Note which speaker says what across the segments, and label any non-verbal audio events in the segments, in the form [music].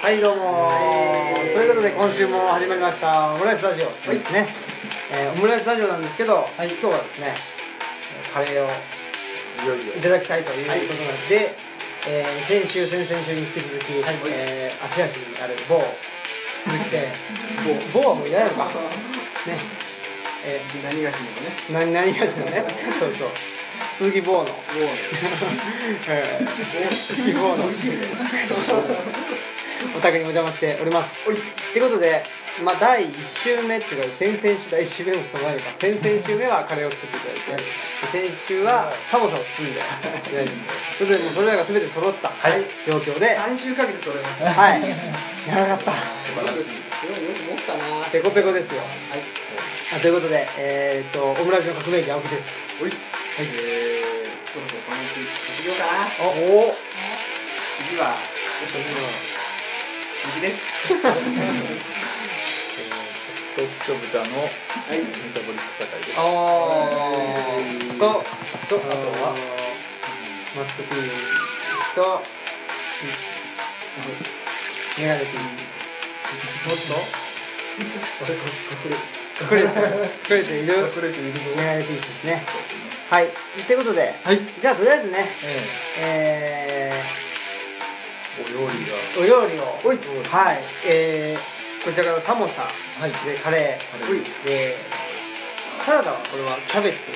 Speaker 1: はいどうも、
Speaker 2: はい
Speaker 1: ということで今週も始まりましたオムライススタジオ
Speaker 2: い
Speaker 1: ですね、えーオムライススタジオなんですけど、
Speaker 2: い
Speaker 1: 今日はですねえーカレーを
Speaker 2: いよいよ
Speaker 1: いただきたいということなので、えー先週先々週に引き続き、
Speaker 2: はい
Speaker 1: えー芦屋市にある某鈴木
Speaker 2: [laughs]
Speaker 1: 店某某はもういらないのかねえ
Speaker 2: 次何がしにもね
Speaker 1: ー、な何がしの
Speaker 2: [laughs]
Speaker 1: ねそうそう鈴木某の
Speaker 2: もう [laughs]
Speaker 1: えー鈴木某の
Speaker 2: 美味しいね
Speaker 1: お宅にお邪魔しております
Speaker 2: おい
Speaker 1: ってことで、まあ、第1週目っていうか先々週第1週目もその何か先々週目はカレーを作っていただいて、先週はサボさんを包んで、い、ということでもうそれらが全て揃った、
Speaker 2: い
Speaker 1: 状況で
Speaker 2: 3週かけてそれました
Speaker 1: はい長かった
Speaker 2: 素晴らしいすごいよく持ったなはい
Speaker 1: ペコペコですよあということでえーっとオムラジの革命児青木です
Speaker 2: おいえーそろそろパンチ卒業かな
Speaker 1: おお
Speaker 2: 次は鈴木です [laughs]
Speaker 3: えー、太っちょ豚のメ
Speaker 2: はい
Speaker 3: タボリック酒井です。
Speaker 1: あーととあと
Speaker 3: あと
Speaker 1: は
Speaker 3: は
Speaker 1: マスクピー氏とメガネピー
Speaker 3: もっ
Speaker 1: 氏隠れ [laughs] 隠れている
Speaker 3: と隠れているぞ。
Speaker 1: メガネピー氏ですね
Speaker 3: そうですね。
Speaker 1: はいってことで
Speaker 3: はい。
Speaker 1: じゃあとりあえずね
Speaker 3: え
Speaker 1: え
Speaker 3: えお料理が。
Speaker 1: ーお料理を
Speaker 3: おいそうです
Speaker 1: はいえーこちらからサモサ
Speaker 3: はい。
Speaker 1: でカレ
Speaker 3: おい。
Speaker 1: ーでサラダはこれはキャベツ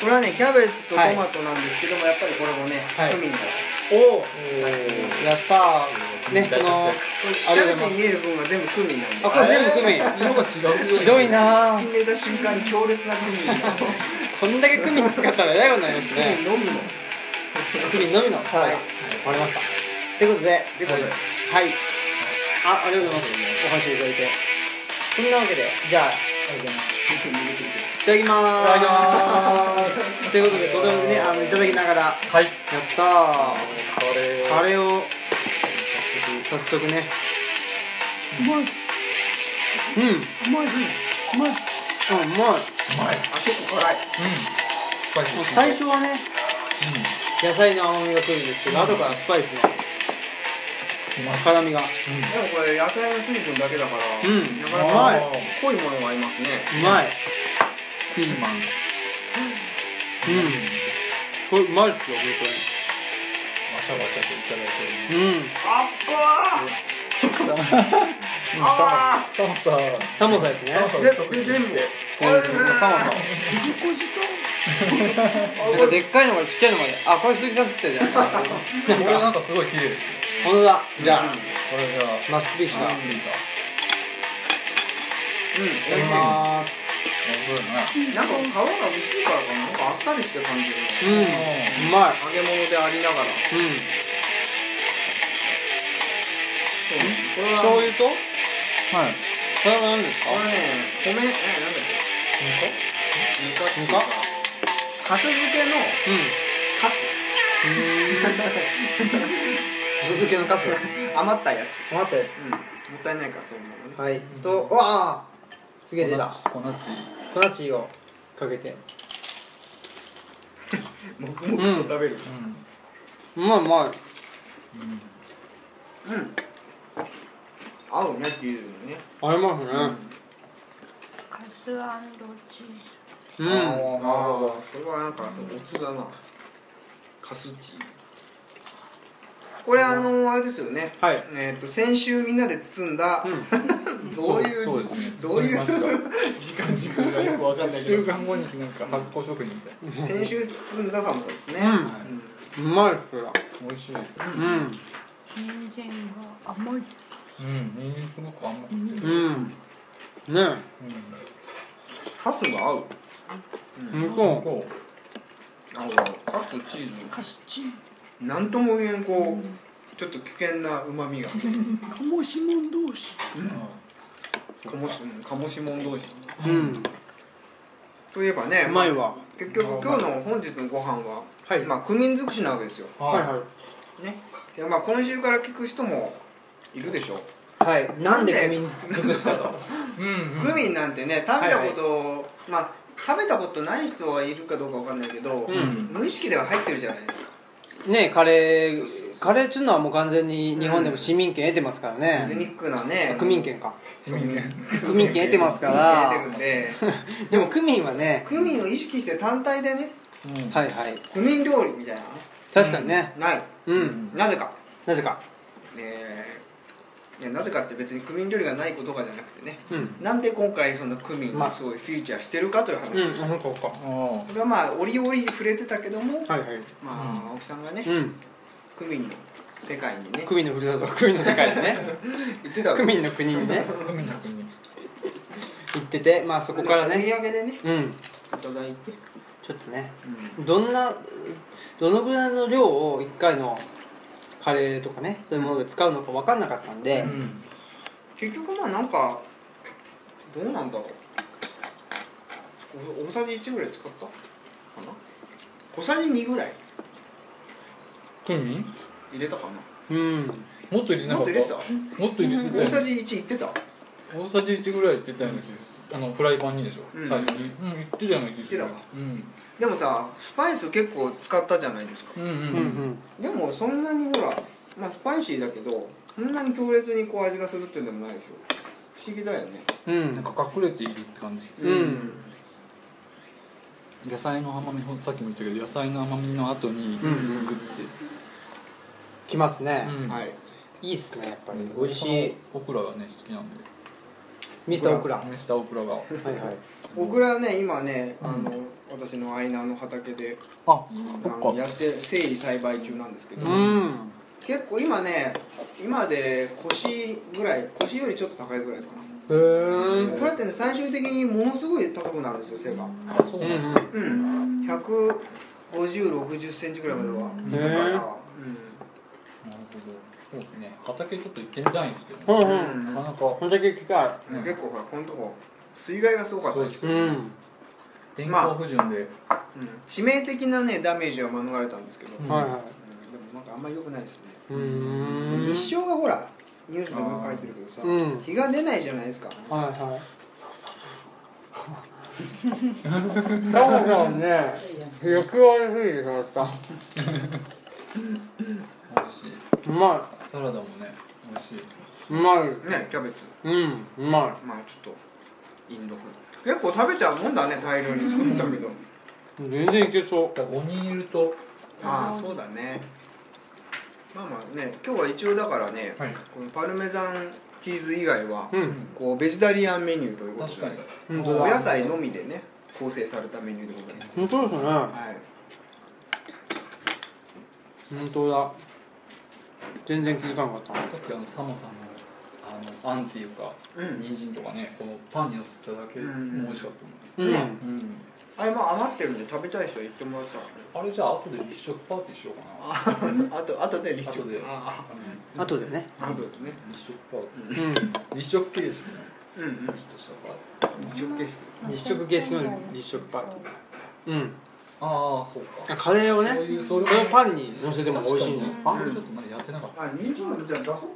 Speaker 2: これはねキャベツとトマトなんですけどもやっぱりこれもね
Speaker 1: はい
Speaker 2: クミンが
Speaker 1: を
Speaker 3: おー
Speaker 1: やったーねこの
Speaker 2: キャベツに見える分は全部クミンなんで
Speaker 1: あこれ全部クミン
Speaker 3: 色が違うよ。
Speaker 1: 白いな
Speaker 2: 口に
Speaker 1: ー
Speaker 2: 入れた瞬間に強烈なクミンがク
Speaker 1: こんだけクミン使ったらえらいことになります
Speaker 2: ミン
Speaker 1: ね
Speaker 2: のみの
Speaker 1: クミンのみのサラダ
Speaker 2: はい
Speaker 1: わかりましたということで
Speaker 2: ということで
Speaker 1: はいあありがとうございますお話いただいてそんなわけでじゃあいただきまーす
Speaker 3: いただきま
Speaker 1: ということで子供にねあのいただきながらや
Speaker 3: はい。
Speaker 1: ったー
Speaker 3: カレー。
Speaker 1: カ
Speaker 3: ー。
Speaker 1: レーを早速ねうまいうんうまいうまいうまいう
Speaker 3: まい。
Speaker 2: あ結構辛い
Speaker 3: うん。
Speaker 1: もう
Speaker 3: スパ
Speaker 1: 最
Speaker 3: イス。
Speaker 1: 初はね野菜の甘みがくるんですけど後からスパイスの
Speaker 3: うん。うまい。
Speaker 1: 辛みが
Speaker 3: うん。
Speaker 2: でもこれ野菜の水分だけだから、
Speaker 1: うん
Speaker 2: なかなか濃いものがありますね。
Speaker 1: うまい
Speaker 3: ピーマン。
Speaker 1: うんこれうまいっすよ本
Speaker 3: わしゃわしゃといた
Speaker 1: 当にう
Speaker 3: だいて
Speaker 1: ん
Speaker 2: あっこ
Speaker 3: おります。うん
Speaker 2: あ
Speaker 3: サモサモ
Speaker 1: サモサですね
Speaker 3: サ。サモサ
Speaker 2: ー
Speaker 3: で
Speaker 2: や
Speaker 3: す
Speaker 2: って全部。
Speaker 1: サモサなんかでっかいのからちっちゃいのまであこれ鈴木さん作ったじ [laughs] ゃん
Speaker 3: これなんかすごい綺麗ですよ。
Speaker 1: 本当だじゃあ
Speaker 3: これが。
Speaker 1: マスクピーシが
Speaker 3: うん。いいか
Speaker 1: やりまーす
Speaker 3: 面白いね。
Speaker 2: なんか皮が薄いからかな、なんかあっさりして感じる。
Speaker 1: うんうまい
Speaker 2: 揚げ物でありながら。
Speaker 1: うん
Speaker 2: これは
Speaker 1: 醤油と
Speaker 3: はい。
Speaker 1: これは何です
Speaker 2: これね、米、え、なんだっけ。ぬか。ぬか。
Speaker 1: ぬか
Speaker 2: かす漬けの
Speaker 1: か
Speaker 2: かす。
Speaker 1: うん続けのカス
Speaker 2: [laughs] 余ったやつ。
Speaker 1: 余ったや
Speaker 2: うん。
Speaker 1: つ
Speaker 2: もったいないから、そう思うの
Speaker 1: は
Speaker 2: ね。
Speaker 1: いとうわあすげえ出た
Speaker 3: 粉チー。
Speaker 1: 粉チーをかけて
Speaker 2: 黙々と食べる。
Speaker 3: うん。
Speaker 1: うまいうまい
Speaker 3: うん。
Speaker 2: うん。合うねっていうのね。
Speaker 1: 合いますね
Speaker 4: カスチー
Speaker 1: う、
Speaker 3: うん
Speaker 2: ああ、それはなんかおつだな。カスチ。これあのあれですよね。
Speaker 1: はい
Speaker 2: えっ、と先週みんなで包んだ、
Speaker 1: うん、
Speaker 2: どういう
Speaker 3: そうですね。
Speaker 2: どういう
Speaker 3: 包みました
Speaker 2: 時間時間がよくわかんない
Speaker 3: 一
Speaker 2: け
Speaker 3: 週
Speaker 2: ど、
Speaker 3: 間後になんか発酵食品みたい
Speaker 2: 先週包んだ寒さですね。
Speaker 1: うん
Speaker 3: な。はい。
Speaker 1: うまいっすよ
Speaker 3: 美味しい。
Speaker 1: うん
Speaker 4: 人参が甘い
Speaker 3: うん。ニンニクすごく甘くて。うん。
Speaker 1: うんね
Speaker 2: カスが合う。
Speaker 1: え
Speaker 2: うん、
Speaker 1: 向こ
Speaker 3: こ
Speaker 2: 合う合うカスとチー
Speaker 4: カスチー
Speaker 2: ズ。なんとも言えんこうちょっと危険な旨味が。
Speaker 3: [laughs]
Speaker 4: カモシモン同士
Speaker 3: う。うん。
Speaker 2: かもしかもしもん同士。
Speaker 1: ううん
Speaker 2: といえばね、
Speaker 1: うまいわ
Speaker 2: 結局今日の本日のご飯は、
Speaker 1: はい
Speaker 2: まあクミン尽くしなわけですよ。
Speaker 1: はい
Speaker 3: は
Speaker 2: ね、いやまあ今週から聞く人もいるでしょ、
Speaker 1: はいはいなんでクミン崩した
Speaker 2: [laughs]
Speaker 1: と
Speaker 3: い。うん。
Speaker 2: グミンなんてね食べたこと、まあ食べたことない人はいるかどうかわかんないけど、
Speaker 1: うん
Speaker 2: 無意識では入ってるじゃないですか
Speaker 1: ねカレー
Speaker 2: そうそうそう
Speaker 1: カレーっちゅうのはもう完全に日本でも市民権得てますから
Speaker 2: エスニ
Speaker 1: ね、
Speaker 2: ックなね
Speaker 1: 区民権か
Speaker 3: 市民権
Speaker 1: 区民権得てますから
Speaker 2: 出てるんで
Speaker 1: でも区民はね
Speaker 2: クミンを意識して単体でね
Speaker 3: うん
Speaker 1: はいはい
Speaker 2: クミン料理みたいなのね
Speaker 1: 確かにね
Speaker 2: ない
Speaker 1: うん、
Speaker 3: うん
Speaker 2: なぜか
Speaker 1: なぜか
Speaker 2: えーいやなぜかって別にクミン料理がないことかじゃなくてね
Speaker 1: うん
Speaker 2: なんで今回そんなクミンをすごいフィーチャーしてるかという話
Speaker 1: う
Speaker 2: で
Speaker 1: ん
Speaker 2: す、
Speaker 1: 本当か
Speaker 3: あ
Speaker 2: これはまあ折々触れてたけども、
Speaker 1: はいはい
Speaker 2: まあ青木さんがね、
Speaker 1: うん
Speaker 2: クミンの世界にね
Speaker 1: 区民のふるさと区民の世界に [laughs] ね
Speaker 2: 行ってたわけ
Speaker 1: 区民の国にね
Speaker 3: あ国の国
Speaker 1: 行っててまあそこからね
Speaker 2: お土産でね
Speaker 1: うん
Speaker 2: いただいて、
Speaker 1: ちょっとねどんなどのぐらいの量を1回のカレーとかねそういうもので使うのか分かんなかったんで、
Speaker 3: うん
Speaker 2: 結局まあなんかどうなんだろうお大さじ1ぐらい使ったかな小さじ2ぐらい
Speaker 3: 国
Speaker 2: 入れたかな
Speaker 1: うん
Speaker 3: もっと入れな
Speaker 2: も
Speaker 3: か
Speaker 2: っ
Speaker 3: っ
Speaker 2: と入
Speaker 3: た
Speaker 2: れてた
Speaker 3: もっと入れてた
Speaker 2: 大
Speaker 3: よ
Speaker 2: さじ1いってた
Speaker 3: 大さじ1ぐらいって言ったような気がするあのフライパンにでしょ、
Speaker 2: うん
Speaker 3: 最初にうん言ってたような気がする
Speaker 2: 言ってたわ
Speaker 3: うん
Speaker 2: でもさスパイス結構使ったじゃないですか
Speaker 3: うんうん
Speaker 1: う
Speaker 3: うんん
Speaker 1: うん
Speaker 2: でもそんなにほら、まあ、スパイシーだけどそんなに強烈にこう味がするっていうのもないでしょ不思議だよね
Speaker 1: うん
Speaker 3: なんか隠れているって感じ
Speaker 1: うん
Speaker 3: 野菜の甘みほんさっきも言ったけど野菜の甘みの後にグ
Speaker 1: うんうん
Speaker 3: ッて、
Speaker 1: きますね、
Speaker 3: うん
Speaker 2: はい
Speaker 1: いいっすねやっぱり
Speaker 3: うん
Speaker 1: 美味しい
Speaker 3: オクラがね好きなんで
Speaker 1: ミスターオクラは
Speaker 3: ミスターオクラが
Speaker 1: いはい
Speaker 2: オクラはね今ねあの、
Speaker 3: う
Speaker 2: 私のアイナーの畑で
Speaker 3: あ
Speaker 2: あの
Speaker 3: そっ
Speaker 2: や
Speaker 3: か
Speaker 2: って整理栽培中なんですけど、
Speaker 1: う
Speaker 3: うんん
Speaker 2: 結構今ね今で腰ぐらい腰よりちょっと高いぐらいかな
Speaker 1: へー
Speaker 2: オクラってね最終的にものすごい高くなるんですよ背が
Speaker 3: あそう
Speaker 1: う
Speaker 3: なん
Speaker 1: ん
Speaker 3: だ
Speaker 2: うん15060センチぐらいまで
Speaker 1: へ
Speaker 2: はだから、
Speaker 1: ー
Speaker 3: なるほどそうですね畑ちょっと行ってみたいんですけど、
Speaker 1: う
Speaker 3: ね
Speaker 1: んう
Speaker 2: うん
Speaker 1: ん
Speaker 2: うん
Speaker 3: なかなか
Speaker 1: これだけ聞か
Speaker 3: うん
Speaker 2: 結構ほらこのとこ水害がすごかったでしょ、
Speaker 3: そ
Speaker 1: うん
Speaker 3: 天候不順で、
Speaker 2: うん、致命的なねダメージは免れたんですけど、うん
Speaker 3: うん
Speaker 1: はいは
Speaker 2: でもなんかあんまり良くないですね、
Speaker 1: いうーん
Speaker 2: 日照がほらニュースでもよく書いてるけどさ、
Speaker 1: うん
Speaker 2: 日が出ないじゃないですか、
Speaker 1: はい [laughs] はいタモさんね欲を悪いでしまった
Speaker 3: 美味しいう
Speaker 1: ま
Speaker 3: サラダもね美味しいですね
Speaker 1: いうまい
Speaker 2: ねキャベツ
Speaker 1: うんうま
Speaker 2: まあちょっとインド風結構食べちゃうもんだね大量に作ったけど
Speaker 1: い全然いけそう
Speaker 3: だから5人いると
Speaker 2: ああそうだねまあまあね今日は一応だからね、
Speaker 3: はい
Speaker 2: このパルメザンチーズ以外は、
Speaker 1: うん
Speaker 2: こうベジタリアンメニューということ
Speaker 3: 確
Speaker 2: で
Speaker 3: かに
Speaker 1: 本当
Speaker 2: お
Speaker 1: だ
Speaker 2: 野菜のみでね構成されたメニューでございます、
Speaker 1: 本当ですね
Speaker 2: はい
Speaker 1: 本当だ全然気づかなかった
Speaker 3: さっきあのサモさんのあのあんっていうか、
Speaker 2: うん
Speaker 3: 人参とかねこのパンにのせただけ
Speaker 2: うん
Speaker 3: も美味しかったも
Speaker 1: う
Speaker 3: ん、
Speaker 1: ん
Speaker 2: ね
Speaker 3: うん
Speaker 2: あれまあ余ってるんで食べたい人は言ってもらった
Speaker 3: あれじゃあ後で立食パーティーしようかな、
Speaker 2: ら [laughs] ねあとあとで立食
Speaker 3: 後で
Speaker 2: あ
Speaker 3: う
Speaker 1: 後でね
Speaker 2: ああとでね
Speaker 3: ん、立食パーテ
Speaker 1: うん
Speaker 3: ィー立食形式の
Speaker 2: うんうん
Speaker 3: 立食パーテ
Speaker 2: 一応景色
Speaker 1: 日食形式の日食パーティーうん
Speaker 3: ィーああそうか
Speaker 1: カレーをね
Speaker 3: そういうそれ
Speaker 1: これをパンに乗せても美味しいんじゃないです
Speaker 3: パ
Speaker 1: か
Speaker 3: ンちょっとまだやってなかっ
Speaker 2: あ人参もじゃあ出そうか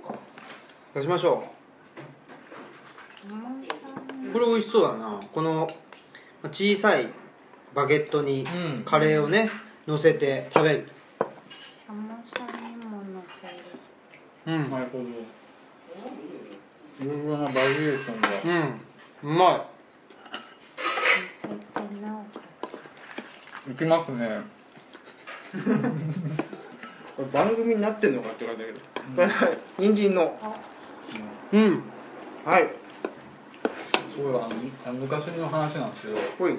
Speaker 1: 出しましょうこれ美味しそうだなこの小さいバゲットに
Speaker 3: たうん
Speaker 1: カレーをね乗せて食べる
Speaker 4: サモさんにも乗せる
Speaker 1: うん
Speaker 3: なるほどいろいろなバリエーションが
Speaker 1: うんうま
Speaker 4: 乗せてなおかつ
Speaker 3: いきますね
Speaker 2: これ番組になってんのかって感じだけど、これは [laughs] 人参の
Speaker 1: いうん
Speaker 2: はい
Speaker 3: そういえばあのあの昔の話なんですけど
Speaker 2: ほい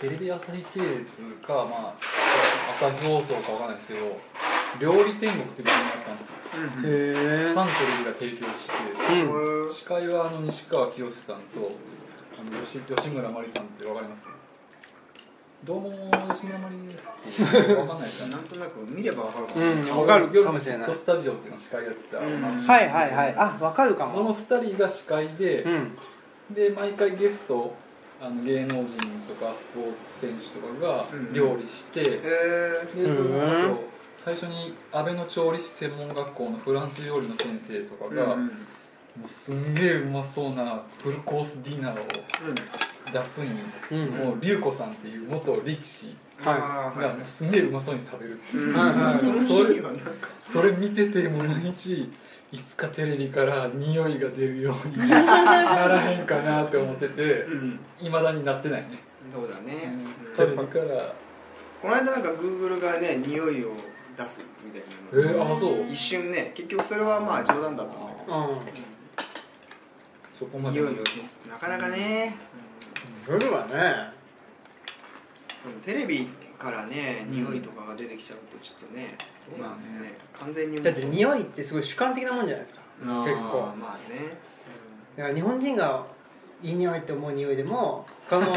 Speaker 3: テレビ朝日系列か、まあ、朝日放送かわかんないですけど料理天国って番組があったんですよ
Speaker 1: へえ
Speaker 3: サントリーが提供し
Speaker 1: う
Speaker 2: う
Speaker 3: て
Speaker 2: ん
Speaker 1: ん
Speaker 2: うん
Speaker 3: 司会はあの西川きよしさんとあの吉吉村麻里さんってわかりますどうも吉村麻里ですってわかんないですかね
Speaker 2: なんとなく見ればわかるか
Speaker 1: う
Speaker 2: な、
Speaker 1: んわかるかもしれない
Speaker 3: 夜のヒットスタジオっていうのを司会やってた、
Speaker 2: うん
Speaker 1: はいはいはいあわかるか
Speaker 3: そ
Speaker 1: も
Speaker 3: の2人が司会で、
Speaker 1: うん
Speaker 3: で毎回ゲストあの芸能人とかスポーツ選手とかが
Speaker 2: うん
Speaker 3: 料理して、
Speaker 2: へえ
Speaker 3: でその
Speaker 1: へ
Speaker 3: 後
Speaker 1: ー
Speaker 3: 最初に安倍の調理師専門学校のフランス料理の先生とかが、
Speaker 2: うん
Speaker 3: もうすんげえうまそうなフルコースディナーを出すんよ、
Speaker 1: うん
Speaker 3: もう龍子さんっていう元力士
Speaker 1: はい
Speaker 2: あー
Speaker 3: がもうすんげえうまそうに食べるっていううん
Speaker 1: はいはい
Speaker 2: そのシーンはなんか
Speaker 3: それ見ててもう毎日いつかテレビから匂いが出るようにならへんかなって思ってて
Speaker 2: うん
Speaker 3: いまだになってないね、
Speaker 2: そうだね
Speaker 3: テ
Speaker 2: う
Speaker 3: レ
Speaker 2: ん
Speaker 3: ビから
Speaker 2: この間なんか Google がね匂いを出すみたい
Speaker 3: え
Speaker 2: なの
Speaker 3: ー、あそう
Speaker 2: 一瞬ね結局それはまあ冗談だったんだけど
Speaker 1: うん
Speaker 3: そこまで
Speaker 2: 匂いをなかなかね、
Speaker 1: 夜はね
Speaker 2: でもテレビからね匂いとかが出てきちゃうとちょっとねどうなんですかね、
Speaker 3: まあね
Speaker 2: 完全にもう
Speaker 1: だって匂いってすごい主観的なもんじゃないですか
Speaker 2: あー
Speaker 1: 結構
Speaker 2: まあね、
Speaker 1: だから日本人がいい匂いって思う匂いでも他
Speaker 2: [laughs]
Speaker 1: の人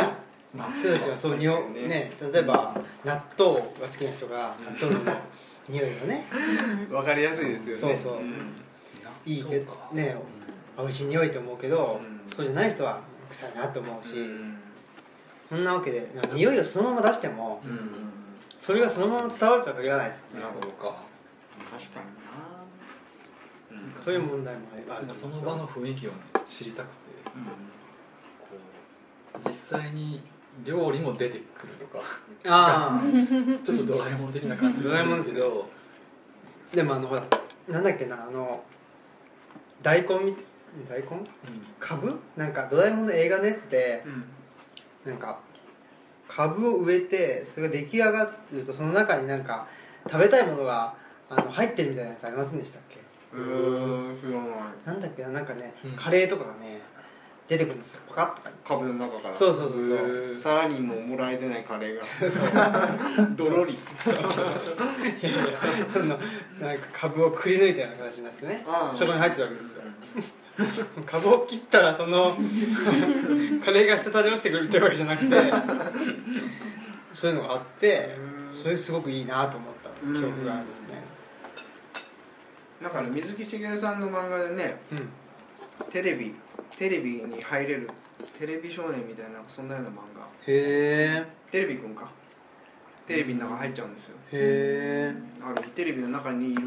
Speaker 1: たちはそう匂
Speaker 2: 確かに
Speaker 1: い
Speaker 2: ね
Speaker 1: ね例えば納豆が好きな人が
Speaker 2: うん
Speaker 1: 納豆の匂いがね
Speaker 2: うんわかりやすいですよね
Speaker 1: そうそうんいいけどね美味しい匂いと思うけど
Speaker 2: うん
Speaker 1: そうじゃない人は臭いなと思うし
Speaker 2: うん
Speaker 1: そんなわけでなんか匂いをそのまま出しても
Speaker 3: うん、うん、
Speaker 1: それがそのまま伝わるとは限らないですよ
Speaker 2: な
Speaker 1: ね
Speaker 2: るほど
Speaker 3: そうか
Speaker 2: 確かにな、うん
Speaker 1: そういう問題もある
Speaker 3: なんかその場の雰囲気をね知りたくてこう実際に料理も出てくるとか
Speaker 1: あ
Speaker 3: ちょっとドラえもん的な感じ
Speaker 1: ドラえもんですね
Speaker 3: けど
Speaker 1: あでもあのほらなんだっけなあの大根み大根株なんかドラえもんの映画のやつで
Speaker 2: うん
Speaker 1: なんか株を植えてそれが出来上がってるとその中になんか食べたいものがあの入ってるみたいなやつありませんでしたっけ
Speaker 2: うーん知らない
Speaker 1: なんだっけななんかね、
Speaker 3: うん
Speaker 1: カレーとかがね出てくる [laughs] んですよパカッとか
Speaker 2: 株の中から
Speaker 1: そうそうそうそう
Speaker 3: へー
Speaker 2: さらにももらえてないカ
Speaker 1: [laughs]
Speaker 2: レーがドロリ
Speaker 1: いやいやそのなんか株をくり抜いたような形になってね
Speaker 2: ああ
Speaker 1: そこに入ってるわけですよ株を切ったらその [laughs] カレーが滴り落ちてくるってわけじゃなくてそういうのがあって
Speaker 2: うん
Speaker 1: それすごくいいなと思った記憶があるんですね
Speaker 2: だから水木しげるさんの漫画でね
Speaker 1: うん
Speaker 2: テレビテレビに入れるテレビ少年みたいなそんなような漫画
Speaker 1: へ
Speaker 2: テレビくんかテレビの中入っちゃうんですよ
Speaker 1: えへ
Speaker 2: ある日テレビの中にいる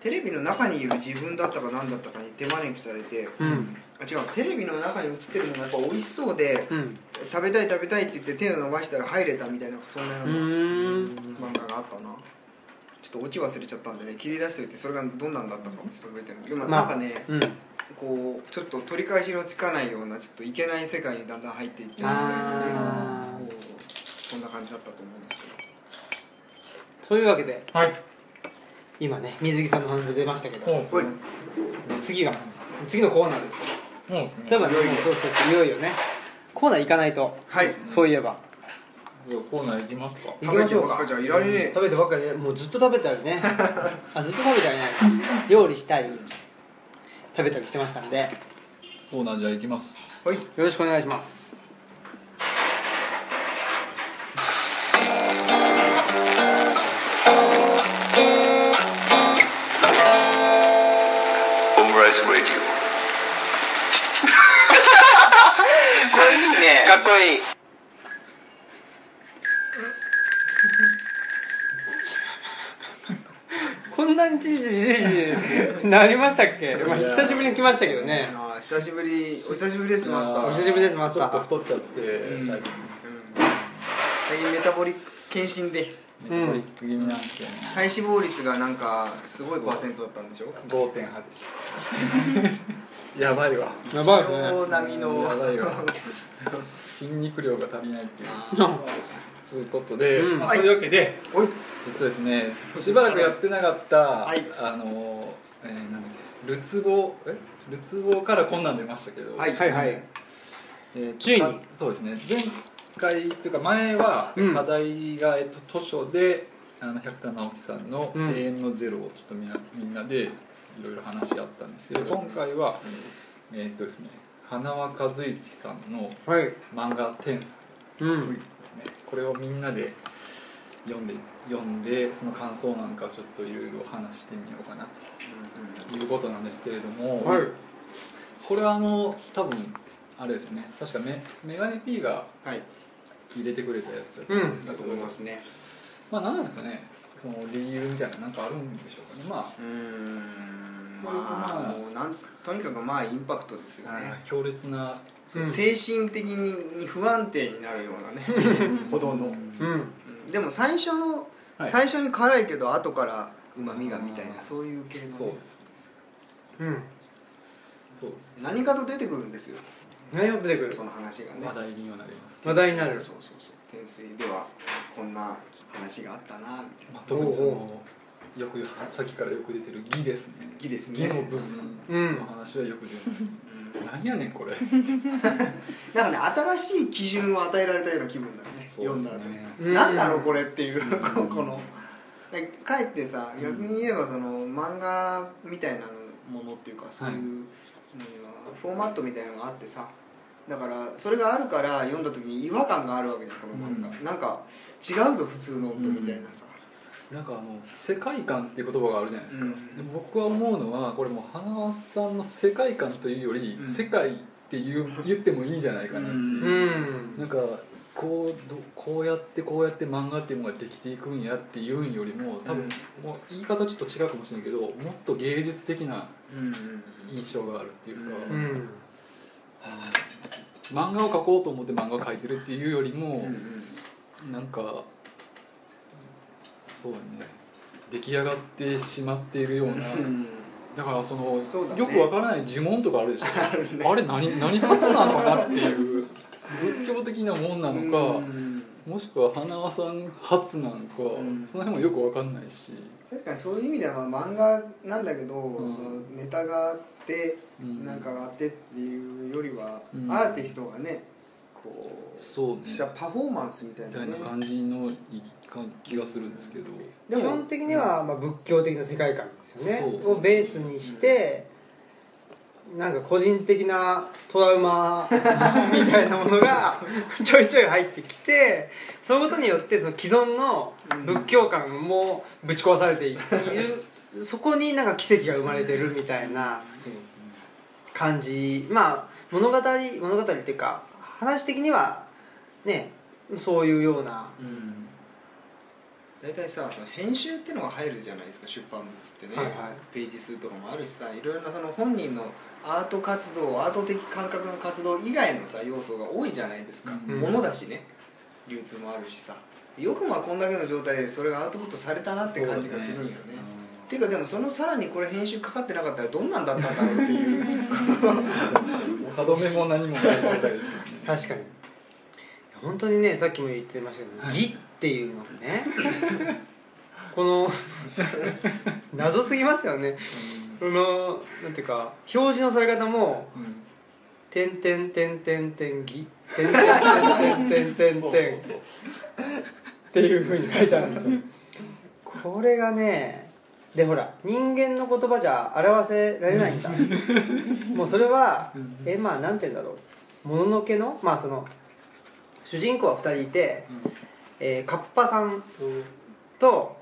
Speaker 2: テレビの中にいる自分だったか何だったかに手招きされて
Speaker 1: えうん
Speaker 2: あ違うテレビの中に映ってるのがやっぱ美味しそうで
Speaker 1: うん
Speaker 2: 食べたい食べたいって言って手を伸ばしたら入れたみたいなそんなよ
Speaker 1: う
Speaker 2: うな
Speaker 1: ーん
Speaker 2: 漫画があったなちょっとオチ忘れちゃったんでね切り出しておいてそれがどんなんだったかをちょっと覚えてる今、
Speaker 1: まあ
Speaker 2: なんかね
Speaker 1: うん
Speaker 2: こうちょっと取り返しのつかないようなちょっといけない世界にだんだん入っていっちゃうみたいな
Speaker 1: あー
Speaker 2: ねこうこんな感じだったと思うんですけ
Speaker 1: というわけで
Speaker 3: はい
Speaker 1: 今ね水木さんの話も出ましたけど
Speaker 2: どおい
Speaker 1: 次が次のコーナーですよ
Speaker 3: うん
Speaker 1: そういえばねそうそうそういよいよねコーナー行かないと
Speaker 2: はい
Speaker 1: そういえば
Speaker 3: じゃあコーナー行きますか
Speaker 1: 行きましょう
Speaker 2: ばっ
Speaker 1: か
Speaker 2: かじゃいられねえ
Speaker 1: 食べてばっかりでもうずっと食べたりねあずっと食べてはいない料理したり食べたりしてましたんでよ
Speaker 3: コーナーじゃあ行きます
Speaker 2: はい
Speaker 1: ろしくお願いします
Speaker 5: オムライスレディ
Speaker 2: ね
Speaker 1: っこいいこんなにじじじじなりましたっけ、まあ、久しぶりに来ましたけどね
Speaker 2: あー久しぶりお久しぶりですマスタ
Speaker 3: いや
Speaker 2: ー
Speaker 1: お久しぶりですマスター
Speaker 3: ちょっと太っちゃって、
Speaker 2: うん
Speaker 3: 最近
Speaker 2: うん最近メタボリック検診で
Speaker 3: メタボリック気味なんですよね、
Speaker 2: 体脂肪率がなんかすごいパーセントだったんでしょ
Speaker 3: 5.8やばいわ
Speaker 1: やばいです
Speaker 2: 一応
Speaker 1: ね
Speaker 2: 波の
Speaker 3: やばいわ筋肉量が足りないっていう
Speaker 1: うん
Speaker 3: つうことで、
Speaker 1: うん
Speaker 3: まあ、そういうわけで
Speaker 2: おい
Speaker 3: えっとですねしばらくやってなかった、
Speaker 2: はい
Speaker 3: あの、えー、なんだっけルツボえルツボからこんなん出ましたけど、
Speaker 2: はい
Speaker 1: はいはい
Speaker 3: えーと
Speaker 1: ついに
Speaker 3: まそうですね前回というか前は
Speaker 1: うん
Speaker 3: 課題が、えっと、図書であの百田直樹さんの「
Speaker 1: うん
Speaker 3: 永遠のゼロ」をちょっとみんなみんなでいろいろ話し合ったんですけど今回は、えーっとですね花輪和一さんの
Speaker 1: はい
Speaker 3: 漫画「テンス」
Speaker 1: うん
Speaker 3: ですねこれをみんなで読んで読んでその感想なんかをちょっといろいろ話してみようかなということなんですけれども、
Speaker 1: はい
Speaker 3: これはあの多分あれですよね確かメメガネ P が
Speaker 2: はい
Speaker 3: 入れてくれたやつだったんですけ
Speaker 2: だ
Speaker 3: ど、
Speaker 2: と思いますね
Speaker 3: まあ何なんですかねその理由みたいななんかあるんでしょうかねまあ
Speaker 2: うーんまあもうなんとにかくまあインパクトですよね、
Speaker 3: 強烈な
Speaker 2: そう
Speaker 1: うん
Speaker 2: 精神的に不安定になるようなねほどの、
Speaker 1: うん
Speaker 2: うんでも最初の、
Speaker 3: はい
Speaker 2: 最初に辛いけど後からうまみがみたいな
Speaker 3: あー
Speaker 2: そういう系のね、
Speaker 3: そうです
Speaker 1: うん
Speaker 3: そうです
Speaker 2: 何かと出てくるんですよ
Speaker 1: 何が出てくる
Speaker 2: その話がね
Speaker 3: 話題にはなります、
Speaker 1: 話題になる
Speaker 2: そうそうそう天水ではこんな話があったなみたいな
Speaker 3: まあ、特にそ
Speaker 1: おう
Speaker 3: のよくさっきからよく出てる「義」ですね
Speaker 2: 好きです
Speaker 3: 義
Speaker 2: ね
Speaker 3: の部分の話はよく出ます、
Speaker 2: うん
Speaker 3: なんやねん
Speaker 2: [laughs]
Speaker 3: これ
Speaker 2: なんかね新しい基準を与えられたような気分だよね
Speaker 3: そう
Speaker 2: 読ん
Speaker 3: です
Speaker 2: だ後
Speaker 3: ね
Speaker 1: うん
Speaker 2: なんだろうこれっていう、
Speaker 3: ん
Speaker 2: ここのでかえってさ逆に言えばその漫画みたいなものっていうかそういう
Speaker 3: はい
Speaker 2: のにはフォーマットみたいなのがあってさだからそれがあるから読んだ時に違和感があるわけじゃんこの漫画、
Speaker 3: うん
Speaker 2: なんか違うぞ普通の音みたいなさ、
Speaker 3: なんかあの世界観っていう言葉があるじゃないですか、
Speaker 2: うん
Speaker 3: で僕は思うのはこれもう花輪さんの世界観というより、
Speaker 2: うん
Speaker 3: 世界って言う言ってもいいんじゃないかなっていう、
Speaker 1: う
Speaker 3: なん
Speaker 1: ん
Speaker 3: かこうどこうやってこうやって漫画っていうものができていくんやっていうんよりも多分、もう言い方ちょっと違うかもしれないけどもっと芸術的な
Speaker 2: うん
Speaker 3: 印象があるっていうか、
Speaker 1: う
Speaker 2: うん
Speaker 1: ん
Speaker 3: 漫画を描こうと思って漫画を描いてるっていうより
Speaker 2: うん
Speaker 3: も
Speaker 2: う、ん
Speaker 3: なんかそうだね出来上がってしまっているようなだからその
Speaker 2: そうだね
Speaker 3: よくわからない呪文とかあるでしょ
Speaker 2: あるね
Speaker 3: あれ何何発なのかなっていう仏教的なもんなのか、
Speaker 2: うん
Speaker 3: もしくは花輪さん発なのか、
Speaker 2: ん
Speaker 3: その辺もよくわかんないし、
Speaker 2: 確かにそういう意味ではまあ漫画なんだけど、
Speaker 3: ん
Speaker 2: そのネタがあって
Speaker 3: うん
Speaker 2: なんかがあってっていうよりは、
Speaker 3: うん
Speaker 2: アーティストがねこう
Speaker 3: そうね
Speaker 2: したパフォーマンスみたい
Speaker 3: み
Speaker 2: な
Speaker 3: たい
Speaker 2: ね
Speaker 3: な感じのい気がするんですけど、
Speaker 1: 基本的にはまあ仏教的な世界観ですよね
Speaker 3: そう
Speaker 1: をベースにしてなんか個人的なトラウマみたいなものがちょいちょい入ってきてそのことによってその既存の仏教観もぶち壊されているそこになんか奇跡が生まれてるみたいな
Speaker 3: そうですね
Speaker 1: 感じまあ物語物語っていうか話的にはねそういうような
Speaker 3: うん
Speaker 2: 大体さその編集ってのが入るじゃないですか出版物ってね、
Speaker 1: はいはい
Speaker 2: ページ数とかもあるしさいろいろなその本人のアート活動アート的感覚の活動以外のさ要素が多いじゃないですか、
Speaker 3: うん
Speaker 2: 物だしね流通もあるしさよくまあこんだけの状態でそれがアウトプットされたなって感じがするんよねっていうかでもそのさらにこれ編集かかってなかったらどんなんだったんだろうっていう
Speaker 3: うん歯止めも何もない状態ですよね
Speaker 1: 確かにいや本当にねさっきも言ってましたけど「
Speaker 3: はい
Speaker 1: 義」っていうのがね [laughs] この [laughs] 謎すぎますよねこのなんていうか表示のされ方も
Speaker 3: うんうん
Speaker 1: 「てんてんてんてんてん義」「てんてんてんてんてん
Speaker 3: そう
Speaker 1: てん」
Speaker 3: そうそう
Speaker 1: っていうふうに書いてあるんですよこれがねでほら人間の言葉じゃ表せられないんだもうそれは
Speaker 3: うん
Speaker 1: えまあなんて言うんだろうもののけのまあその主人公は2人いて、
Speaker 3: うん
Speaker 1: えー、カッパさん
Speaker 3: と
Speaker 1: と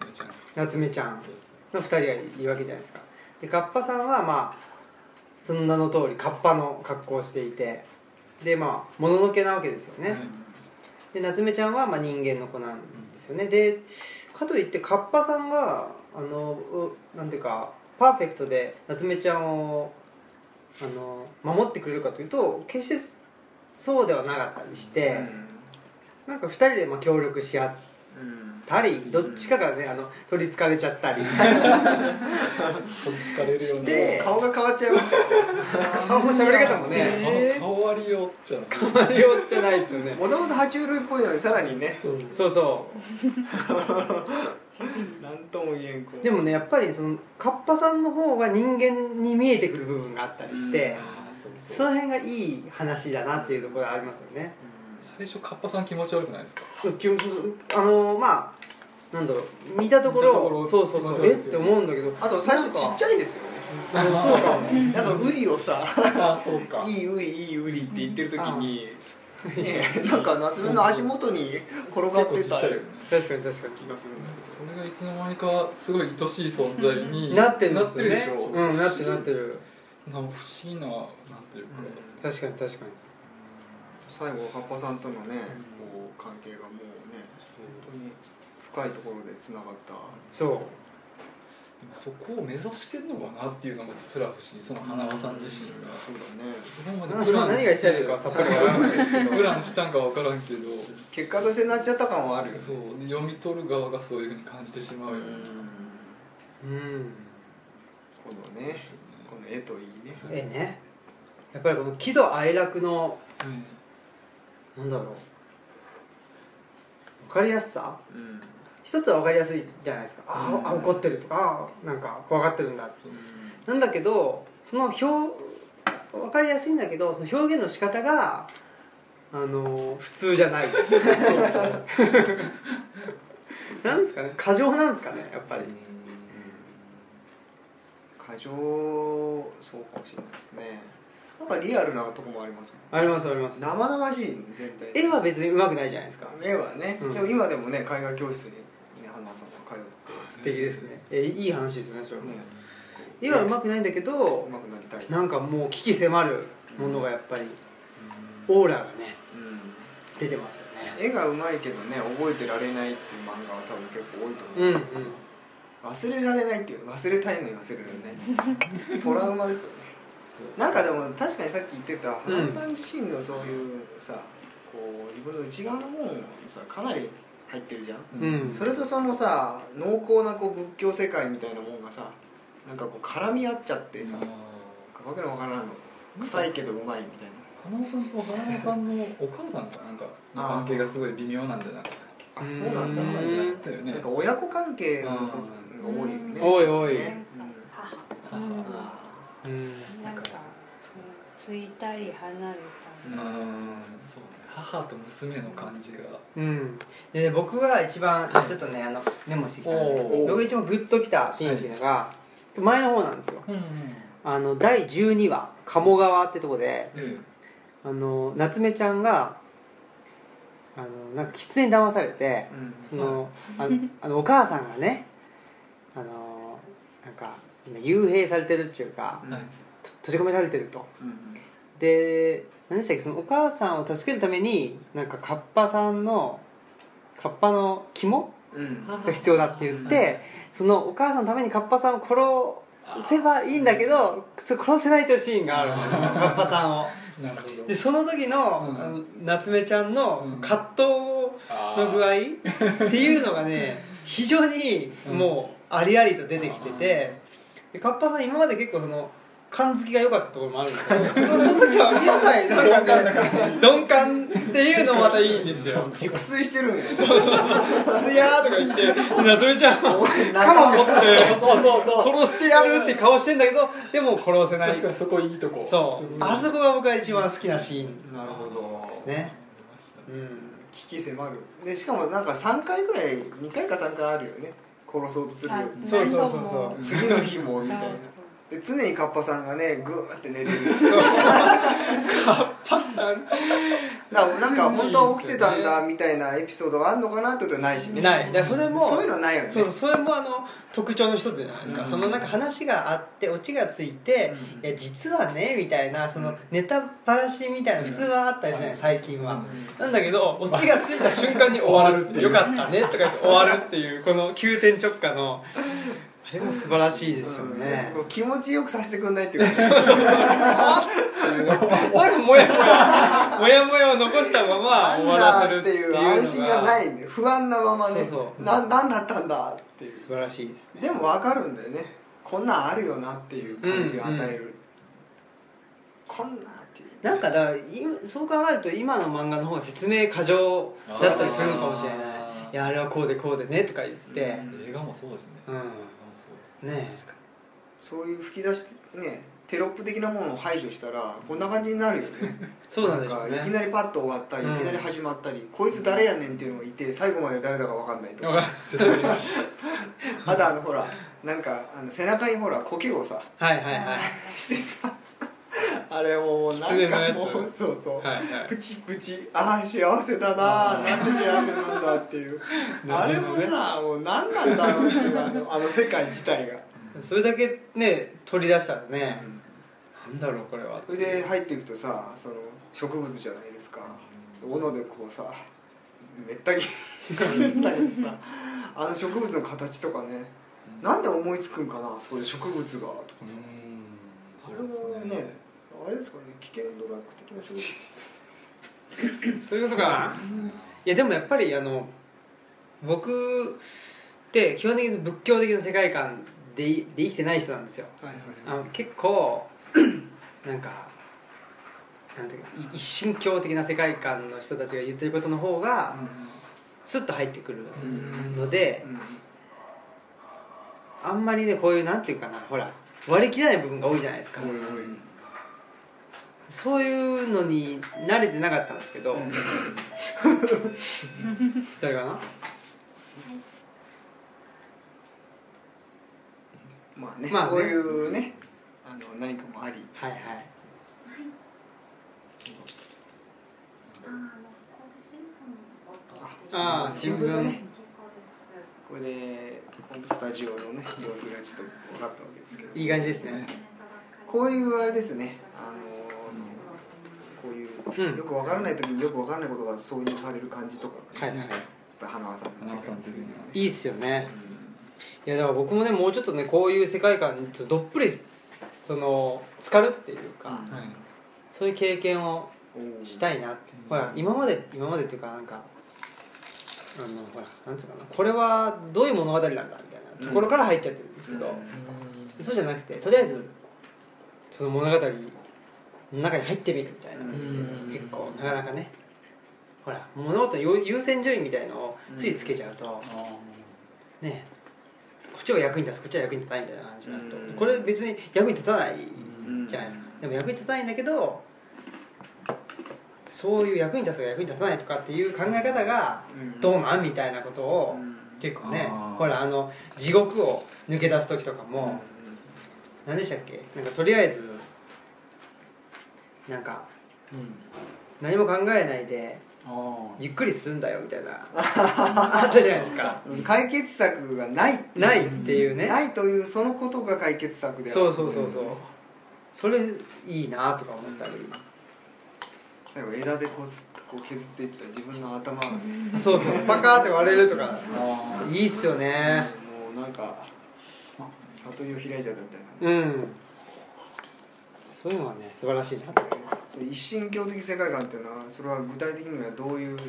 Speaker 3: 夏目ちゃん
Speaker 1: 夏目ちゃん
Speaker 3: そうですね
Speaker 1: の2人がいるわけじゃないですかでカッパさんはまあその名の通りカッパの格好をしていてでまあもののけなわけですよね、
Speaker 3: はい
Speaker 1: で夏目ちゃんはまあ人間の子なんですよね、でかといってカッパさんがあのうなんていうかパーフェクトで夏目ちゃんをあの守ってくれるかというと決してそうではなかったりして、
Speaker 2: [laughs]
Speaker 1: なんか2人でまあ協力し合ったりどっちかがねあの取りつかれちゃったり
Speaker 3: ちょっと疲れるような
Speaker 1: で
Speaker 2: 顔が変わっちゃいますから
Speaker 1: 顔も喋り方もね
Speaker 3: あの顔割りよっちゃう
Speaker 1: あんまりよっちゃないですよね
Speaker 2: もともと爬虫類っぽいのにさらにね
Speaker 3: そう
Speaker 1: そうそう
Speaker 2: なんとも言えんこう
Speaker 1: でもねやっぱりそのカッパさんの方が人間に見えてくる部分があったりして、
Speaker 3: あーそう
Speaker 1: そ
Speaker 3: そう
Speaker 1: の辺がいい話だなっていうところがありますよね。
Speaker 3: 最初カッパさん気持ち悪くないですか
Speaker 1: 基本あのまあなんだろう見たところ
Speaker 3: 見たところ
Speaker 1: そうそうそうえ
Speaker 3: 面白い
Speaker 1: っ
Speaker 3: ですよ
Speaker 1: て思うんだけど
Speaker 2: あと最初ちっちゃいですよね
Speaker 1: ゃいそうかもね
Speaker 2: なんかウリをさ
Speaker 3: [laughs] あそう
Speaker 2: 「
Speaker 3: か
Speaker 2: いいウリいいウリ」って言ってる時に、ね、なんか夏目の足元に転がって
Speaker 3: 結構小
Speaker 2: た
Speaker 3: さいよ
Speaker 2: 気
Speaker 3: ね
Speaker 1: 確かに確かに
Speaker 2: がするんだけど
Speaker 3: それがいつの間にかすごい愛しい存在に
Speaker 1: なってるん
Speaker 3: な
Speaker 1: で
Speaker 3: っ
Speaker 1: す
Speaker 3: て
Speaker 1: よ
Speaker 3: るで
Speaker 1: ね
Speaker 3: しょ
Speaker 1: うんなってるなってる
Speaker 3: なんか不思議ななんていうか、
Speaker 1: 確かに確かに
Speaker 2: 最後葉っぱさんとのね
Speaker 3: うん
Speaker 2: こう関係がもうね本当に深いところでつながった
Speaker 1: そう
Speaker 3: もそこを目指してんのかなっていうのもスラフしその花輪さん自身が、
Speaker 2: そうだね
Speaker 3: そこまで
Speaker 1: 何
Speaker 3: プラ
Speaker 1: が
Speaker 3: ン
Speaker 1: 何がしたいのかさっぱりわからないですけど
Speaker 3: プランしたんか分からんけど
Speaker 2: 結果としてなっちゃった感はあるよね
Speaker 3: そう読み取る側がそういうふうに感じてしまうよね、
Speaker 1: うん
Speaker 2: このねこの絵といいね
Speaker 1: ええねやっぱりこの喜怒哀楽の
Speaker 3: うん
Speaker 1: なんだろう分かりやすさ
Speaker 2: うん
Speaker 1: 一つは分かりやすいじゃないですかあ
Speaker 3: うん
Speaker 1: ーあ怒ってるとかあーなんか怖がってるんだって
Speaker 3: そう
Speaker 1: なんだけどその表分かりやすいんだけどその表現の仕方があの普通じゃないなんですかね過剰なんですかねやっぱり
Speaker 2: 過剰そうかもしれないですねなんかリアルなとこもありますも
Speaker 1: ありますあります
Speaker 2: ん生々しいね全体
Speaker 1: 絵は別に上手くないじゃないですか
Speaker 2: 絵はね、
Speaker 1: うん
Speaker 2: でも今でもね絵画教室にね花さんが通っ
Speaker 1: 素敵ですねえいい話ですよねそれ
Speaker 2: て
Speaker 1: も
Speaker 2: ね
Speaker 1: 絵は上手くないんだけ
Speaker 2: う
Speaker 1: ど
Speaker 2: まくなりたい
Speaker 1: なんかもう危機迫るものがやっぱりオーラがね
Speaker 2: うん
Speaker 1: 出てますよね
Speaker 2: 絵がうまいけどね覚えてられないっていう漫画は多分結構多いと
Speaker 1: うんう
Speaker 2: 思うんですよ、忘れられないっていう忘れたいのに忘れら [laughs] れないトラウマですよねなんかでも確かにさっき言ってた花さん自身のそういうさ、こう自分の内側のもんさかなり入ってるじゃん、
Speaker 1: うん
Speaker 2: それとそのさ濃厚なこう仏教世界みたいなもんがさなんかこう絡み合っちゃってさ、
Speaker 3: あ
Speaker 2: なんかわけのわからんの臭いけどうまいみたいな
Speaker 3: ー花尾さんと花尾さんのお母さんかなんかの関係がすごい微妙なんじゃなかったっけ
Speaker 2: あ
Speaker 1: うん
Speaker 2: そうなん
Speaker 3: そ
Speaker 2: だ
Speaker 3: んな感じだったよね
Speaker 2: なんか親子関係の
Speaker 3: うん
Speaker 2: が多いよね
Speaker 1: おいおい
Speaker 2: ね
Speaker 4: 母
Speaker 3: う
Speaker 4: うんん
Speaker 1: うん
Speaker 4: なんかついたり離れた
Speaker 3: う
Speaker 4: り、
Speaker 3: んそうね母と娘の感じが
Speaker 1: うん、で僕が一番ちょっとねあのメモしてきたんで
Speaker 3: おー
Speaker 1: 僕が一番グッときたシーンっていうのが、前の方なんですよ
Speaker 3: うんうん
Speaker 1: あの第12話鴨川ってとこで
Speaker 3: うん
Speaker 1: あの夏目ちゃんがあのなんか狐に騙されて
Speaker 2: うん
Speaker 1: そのあ [laughs] のあのお母さんがねあのなんか今幽閉されてるっていうか
Speaker 2: うん
Speaker 3: はい
Speaker 1: と閉じ込められてると
Speaker 2: うん
Speaker 1: で何でしたっけそのお母さんを助けるためになんかカッパさんのカッパの肝
Speaker 2: うん
Speaker 1: が必要だって言っ
Speaker 3: は
Speaker 1: てそのお母さんのためにカッパさんを殺せばいいんだけどそれ殺せないというシーンがあるん
Speaker 3: [laughs]
Speaker 1: ですよカッパさんを
Speaker 3: なるほど
Speaker 1: でその時の,、
Speaker 3: うん
Speaker 1: あの夏目ちゃんの
Speaker 3: うん
Speaker 1: 葛藤の具合っていうのがね非常にもうありありと出てきててでカッパさん今まで結構その感づきが良かったところもあるんですけどその時は一切なんかね鈍感っていうのもまたいいんですよ
Speaker 2: 熟睡してるんです
Speaker 1: そうそうそう「すや」とか言って夏目ちゃん [laughs]
Speaker 2: [laughs]
Speaker 1: は鎌持って
Speaker 3: そうそうそう
Speaker 1: 殺してやるって顔してんだけどでも殺せない
Speaker 3: 確かにそこいいとこ
Speaker 1: そうあそ
Speaker 3: こ
Speaker 1: こが僕が一番好きなシーン
Speaker 2: なるほど
Speaker 1: ですねうん
Speaker 2: 危機迫るでしかもなんか3回ぐらい2回か3回あるよね殺そうとするよ
Speaker 4: あ
Speaker 1: そうそうそうそうう
Speaker 2: 次の日もみたいな
Speaker 4: なんか
Speaker 2: で常にカッパさんがねグーって寝てる
Speaker 1: パさん
Speaker 2: だからなんか本当は起きてたんだみたいなエピソードがあるのかなってことはないしね
Speaker 1: ないだからそれも
Speaker 2: そういうのないよね
Speaker 1: そうそうそれもあの特徴の一つじゃないですか、
Speaker 2: うん
Speaker 1: そのなんか話があってオチがついて、
Speaker 2: うん
Speaker 1: いや実はねみたいなそ
Speaker 2: うん
Speaker 1: のネタばらしみたいな普通はあったりしない、
Speaker 3: うん
Speaker 1: 最近は、
Speaker 2: う
Speaker 1: なんだけどオチがついた瞬間に終わるっていうよ
Speaker 3: 終わ
Speaker 1: かったねとか言って終わるっていうこの急転直下のあれも素晴らしいですよね、
Speaker 2: うん気持ちよくさせてくんないってこと
Speaker 1: なんかモヤモヤモヤモヤを残したまま終わらせるっていうの
Speaker 2: なんだっていう安心がないいんで不安なままね
Speaker 1: そうそう
Speaker 2: な何だったんだっていう
Speaker 1: 素晴らしいですね
Speaker 2: でも分かるんだよねこんなんあるよなっていう感じを与える、こんなんっていう
Speaker 1: なんかだから今そう考えると今の漫画の方が説明過剰だったりするのかもしれない
Speaker 3: あー
Speaker 1: いやあれはこうでこうでねとか言って
Speaker 3: 映画もそうですね
Speaker 1: うん
Speaker 3: 映画もそうです
Speaker 1: ねえ
Speaker 3: 確かに
Speaker 2: そういう吹き出しねテロップ的なものを排除したらこんな感じになるよ
Speaker 1: [laughs]
Speaker 2: ね
Speaker 1: そうなんでしょう
Speaker 2: かいき
Speaker 1: ね
Speaker 2: なりパッと終わったり、
Speaker 1: うん
Speaker 2: いきなり始まったりこいつ誰やねんっていうのがいて最後まで誰だか分かんないと
Speaker 1: わ
Speaker 2: か
Speaker 1: か
Speaker 3: 説明なし
Speaker 2: あとあのほらなんかあの背中にほら苔をさ
Speaker 1: はいはいはい
Speaker 2: してさ [laughs] あれもうな
Speaker 1: 失礼
Speaker 2: ん
Speaker 1: な
Speaker 2: か
Speaker 1: やつ
Speaker 2: もうそうそう、
Speaker 1: はいはい
Speaker 2: プチプチああ幸せだなあなんで幸せなんだって [laughs] いうあれもさもう何なんだろうっていうあ [laughs] のあの世界自体が、
Speaker 1: それだけね取り出したらねなんだろうこれは
Speaker 2: それで入っていくとさその植物じゃないですか斧でこうさめった切りするんだけどさあの植物の形とかねなんで思いつくんかなあそこで植物がとか
Speaker 3: うーん
Speaker 2: あれもねあれですかね危険ドラッグ的な植物
Speaker 1: そういうことかな
Speaker 3: う
Speaker 1: いやでもやっぱりあの僕って基本的に仏教的な世界観でいで生きてない人なんですよ
Speaker 2: はい
Speaker 1: あの結構 [clears throat] なんかなんていうかい一神教的な世界観の人たちが言ってることの方がスッと入ってくる
Speaker 3: ん
Speaker 1: ので、あんまりねこういうなんていうかなほら割り切らない部分が多いじゃないですか、
Speaker 2: うん
Speaker 3: ん
Speaker 1: そういうのに慣れてなかったんですけど、
Speaker 2: うん
Speaker 1: 誰かな
Speaker 2: まあね,、
Speaker 1: まあね
Speaker 2: こういうねあの何かもあり
Speaker 1: はいはいああ新聞のね
Speaker 2: これで本当スタジオのね様子がちょっと分かったわけですけど
Speaker 1: いい感じですね
Speaker 2: こういうあれですねあのこういう、
Speaker 1: うん
Speaker 2: よく分からない時によく分からないことが挿入される感じとか、
Speaker 1: は
Speaker 2: やっ
Speaker 1: いはい
Speaker 2: ぱ花輪さんの世界の数字のね
Speaker 1: いいっすよねいやだから僕もねもうちょっとねこういう世界観にちょっとどっぷりその浸かるっていうか、
Speaker 2: うん
Speaker 3: はい
Speaker 1: そういう経験を
Speaker 2: おー
Speaker 1: したいなって、ほら今まで今までっていうかなんかあのほらなんつうかなこれはどういう物語なんだみたいなところから入っちゃってるんですけど、そうじゃなくてとりあえずその物語の中に入ってみるみたいな、
Speaker 2: うん
Speaker 1: 結構なかなかねほら物事の優優先順位みたいのをついつけちゃうと、ねこっちは役に立つこっちは役に立たないみたいな感じになると、
Speaker 2: うん
Speaker 1: これ別に役に立たない
Speaker 2: うん
Speaker 1: じゃないですか、でも役に立たないんだけどそういう役に立つとか役に立たないとかっていう考え方が
Speaker 2: うん
Speaker 1: どうなんみたいなことを
Speaker 2: うん
Speaker 1: 結構ね
Speaker 3: あー
Speaker 1: ほらあの地獄を抜け出す時とかも、何でしたっけなんかとりあえずなんか何も考えないでゆっくりするんだよみたい
Speaker 2: [laughs]
Speaker 1: なあったじゃないですか
Speaker 2: うん解決策がないっていう
Speaker 1: ないっていうね、
Speaker 2: ないというそのことが解決策である
Speaker 1: そうそうそうそうそれいいなとか思ったり、
Speaker 2: 最後枝でこうすこう削っていった自分の頭がね
Speaker 1: そうそうパカーって割れるとかいいっすよね
Speaker 2: もうなんか悟りを開いちゃったみたいな
Speaker 1: うんそういうのはね素晴らしいなと
Speaker 2: そう一神教的世界観っていうのはそれは具体的にはどういうこ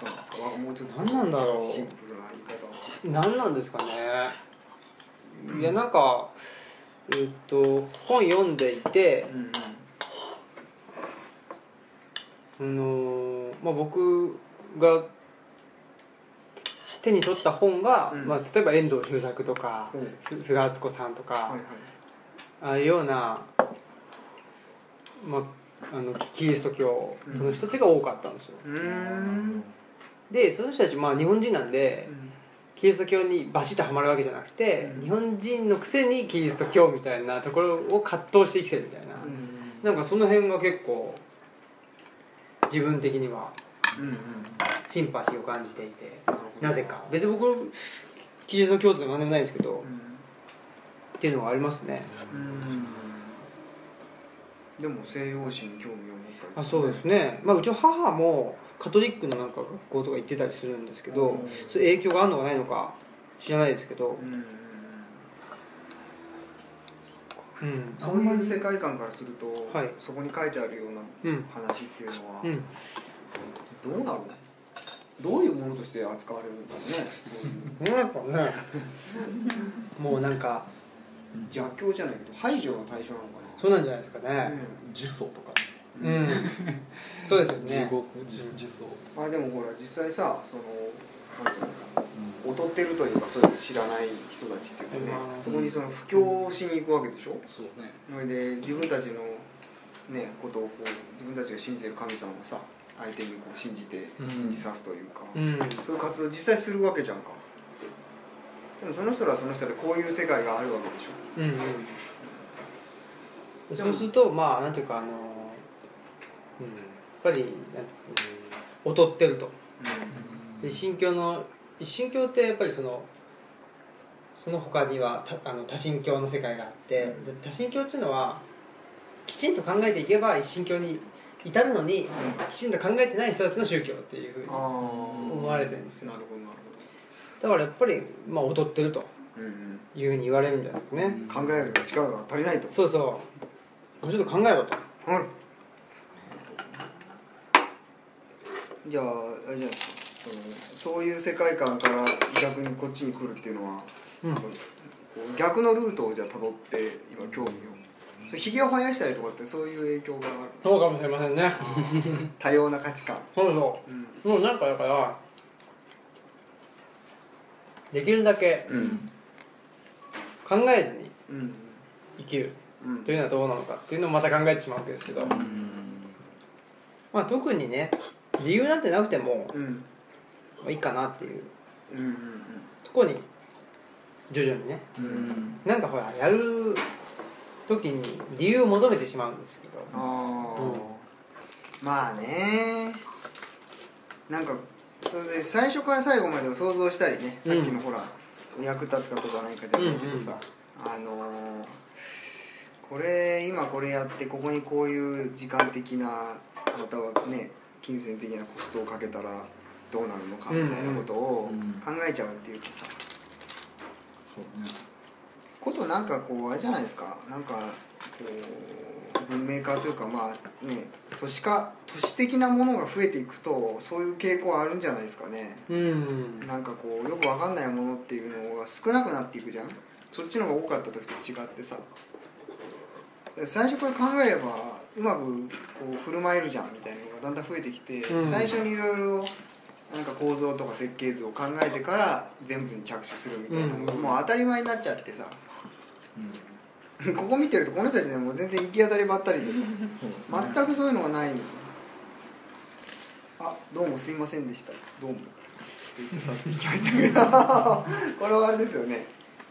Speaker 2: となんですかもうちょっと
Speaker 1: 何なんだろう
Speaker 2: シンプルな言い方をする
Speaker 1: 何なんですかねいやなんかえっと本読んでいて
Speaker 2: うんうん
Speaker 1: あのーまあ、僕が手に取った本が、
Speaker 2: うん
Speaker 1: まあ、例えば遠藤周作とか、
Speaker 2: うん
Speaker 1: す菅敦子さんとか、
Speaker 2: はいはい
Speaker 1: ああいうような、まあ、あのキリスト教の人たちが多かったんですよ、
Speaker 2: うーん
Speaker 1: でその人たち、まあ、日本人なんでキリスト教にバシッとはまるわけじゃなくて、
Speaker 2: うん
Speaker 1: 日本人のくせにキリスト教みたいなところを葛藤して生きてるみたいな、なんかその辺が結構自分的には
Speaker 2: うんうん
Speaker 1: シンパシーを感じていて
Speaker 2: なるほど
Speaker 1: なぜか別に僕キリスト教徒でも何でもないんですけど、
Speaker 2: う
Speaker 1: っ
Speaker 2: ん
Speaker 1: ていうのはありますね
Speaker 2: うんでも西洋史に興味を持ったり
Speaker 1: あそうですね、まあ、うちの母もカトリックのなんか学校とか行ってたりするんですけど、
Speaker 2: うん
Speaker 1: そういう影響があるのかないのか知らないですけど
Speaker 2: う、んうんうん
Speaker 1: うん、
Speaker 2: そういう世界観からすると、
Speaker 1: はい
Speaker 2: そこに書いてあるような
Speaker 1: うん
Speaker 2: 話っていうのは、
Speaker 1: うん
Speaker 2: どうなのどういうものとして扱われるんだろうねそういう
Speaker 1: うんやっぱねもうなんか
Speaker 2: 邪教じゃないけど排除の対象なのかな
Speaker 1: そうなんじゃないですかね
Speaker 3: 呪詛とか
Speaker 1: うん、そうですよ
Speaker 3: 地
Speaker 1: ね
Speaker 3: 獄呪詛
Speaker 2: うんあでもほら実際さそのなんていうのかな劣ってるというかそういうの知らない人たちっていうかね
Speaker 1: うん
Speaker 2: そこにその布教をしに行くわけでしょ
Speaker 3: そうですね
Speaker 2: それで自分たちのねことをこう自分たちが信じてる神様をさ相手にこう信じて
Speaker 3: うん
Speaker 2: 信じさすというか、
Speaker 1: うん
Speaker 2: そういう活動を実際するわけじゃんかでもその人らはその人でこういう世界があるわけでしょ
Speaker 1: うんうんそうするとまあなんていうかあの、うん、やっぱり、うん、劣ってるとで一神教の一神教ってやっぱりそのその他にはたあの多神教の世界があって、で多神教っていうのはきちんと考えていけば一神教に至るのにきちんと考えてない人たちの宗教っていうふうに
Speaker 2: ああ
Speaker 1: 思われてるんですよ
Speaker 2: なるほどなる
Speaker 1: だからやっぱりまあ劣ってると
Speaker 2: ほど、うん
Speaker 1: いうふうに言われるんじゃないですかね、
Speaker 3: うん
Speaker 2: 考える力が足りないと
Speaker 1: そうそうもうちょっと考えろと
Speaker 2: うんじゃああれじゃないですかそのそういう世界観から逆にこっちに来るっていうのは、
Speaker 1: うん
Speaker 2: こう逆のルートをじゃあ辿って今興味をそれひげを生やしたりとかってそういう影響がある
Speaker 1: そうかもしれませんね
Speaker 2: 多様な価値観、
Speaker 1: そうそ
Speaker 2: うん
Speaker 1: うもうなんかだからできるだけ
Speaker 2: うん
Speaker 1: 考えずに
Speaker 2: うん
Speaker 1: 生きる
Speaker 2: うん
Speaker 1: というのはどうなのかっていうのをまた考えてしまうわけですけど、
Speaker 3: うん
Speaker 1: まあ、特にね理由なんてなくても
Speaker 2: うんうん
Speaker 1: まあいいかなっていう
Speaker 2: うんうん
Speaker 1: とこに徐々にね
Speaker 3: うん
Speaker 1: なんかほらやる時に理由を求めてしまうんですけど
Speaker 2: ああ、
Speaker 1: うん
Speaker 2: まあねなんかそれで最初から最後までを想像したりねさっきのほら、役立つかとかないかじゃないけどさ、あのーこれ今これやってここにこういう時間的なまたはね金銭的なコストをかけたらどうなるのかみたいなことを考えちゃうっていうかさ、
Speaker 3: そうね
Speaker 2: ことなんかこうあれじゃないですかなんかこう文明化というかまあね都市化都市的なものが増えていくとそういう傾向あるんじゃないですかね
Speaker 1: うん
Speaker 2: なんかこうよくわかんないものっていうのが少なくなっていくじゃんそっちの方が多かった時と違ってさ最初から考えればうまくこう振る舞えるじゃんみたいなのがだんだん増えてきて、
Speaker 1: うん
Speaker 2: 最初にいろいろなんか構造とか設計図を考えてから全部に着手するみたいなのが
Speaker 1: うん
Speaker 2: もう当たり前になっちゃってさ、
Speaker 3: うん
Speaker 2: [laughs] ここ見てるとこの人たちねもう全然行き当たりばったりでさ
Speaker 3: そうですね
Speaker 2: 全くそういうのがないのあどうもすいませんでしたどうもって言って去っていきましたけど [laughs] これはあれですよね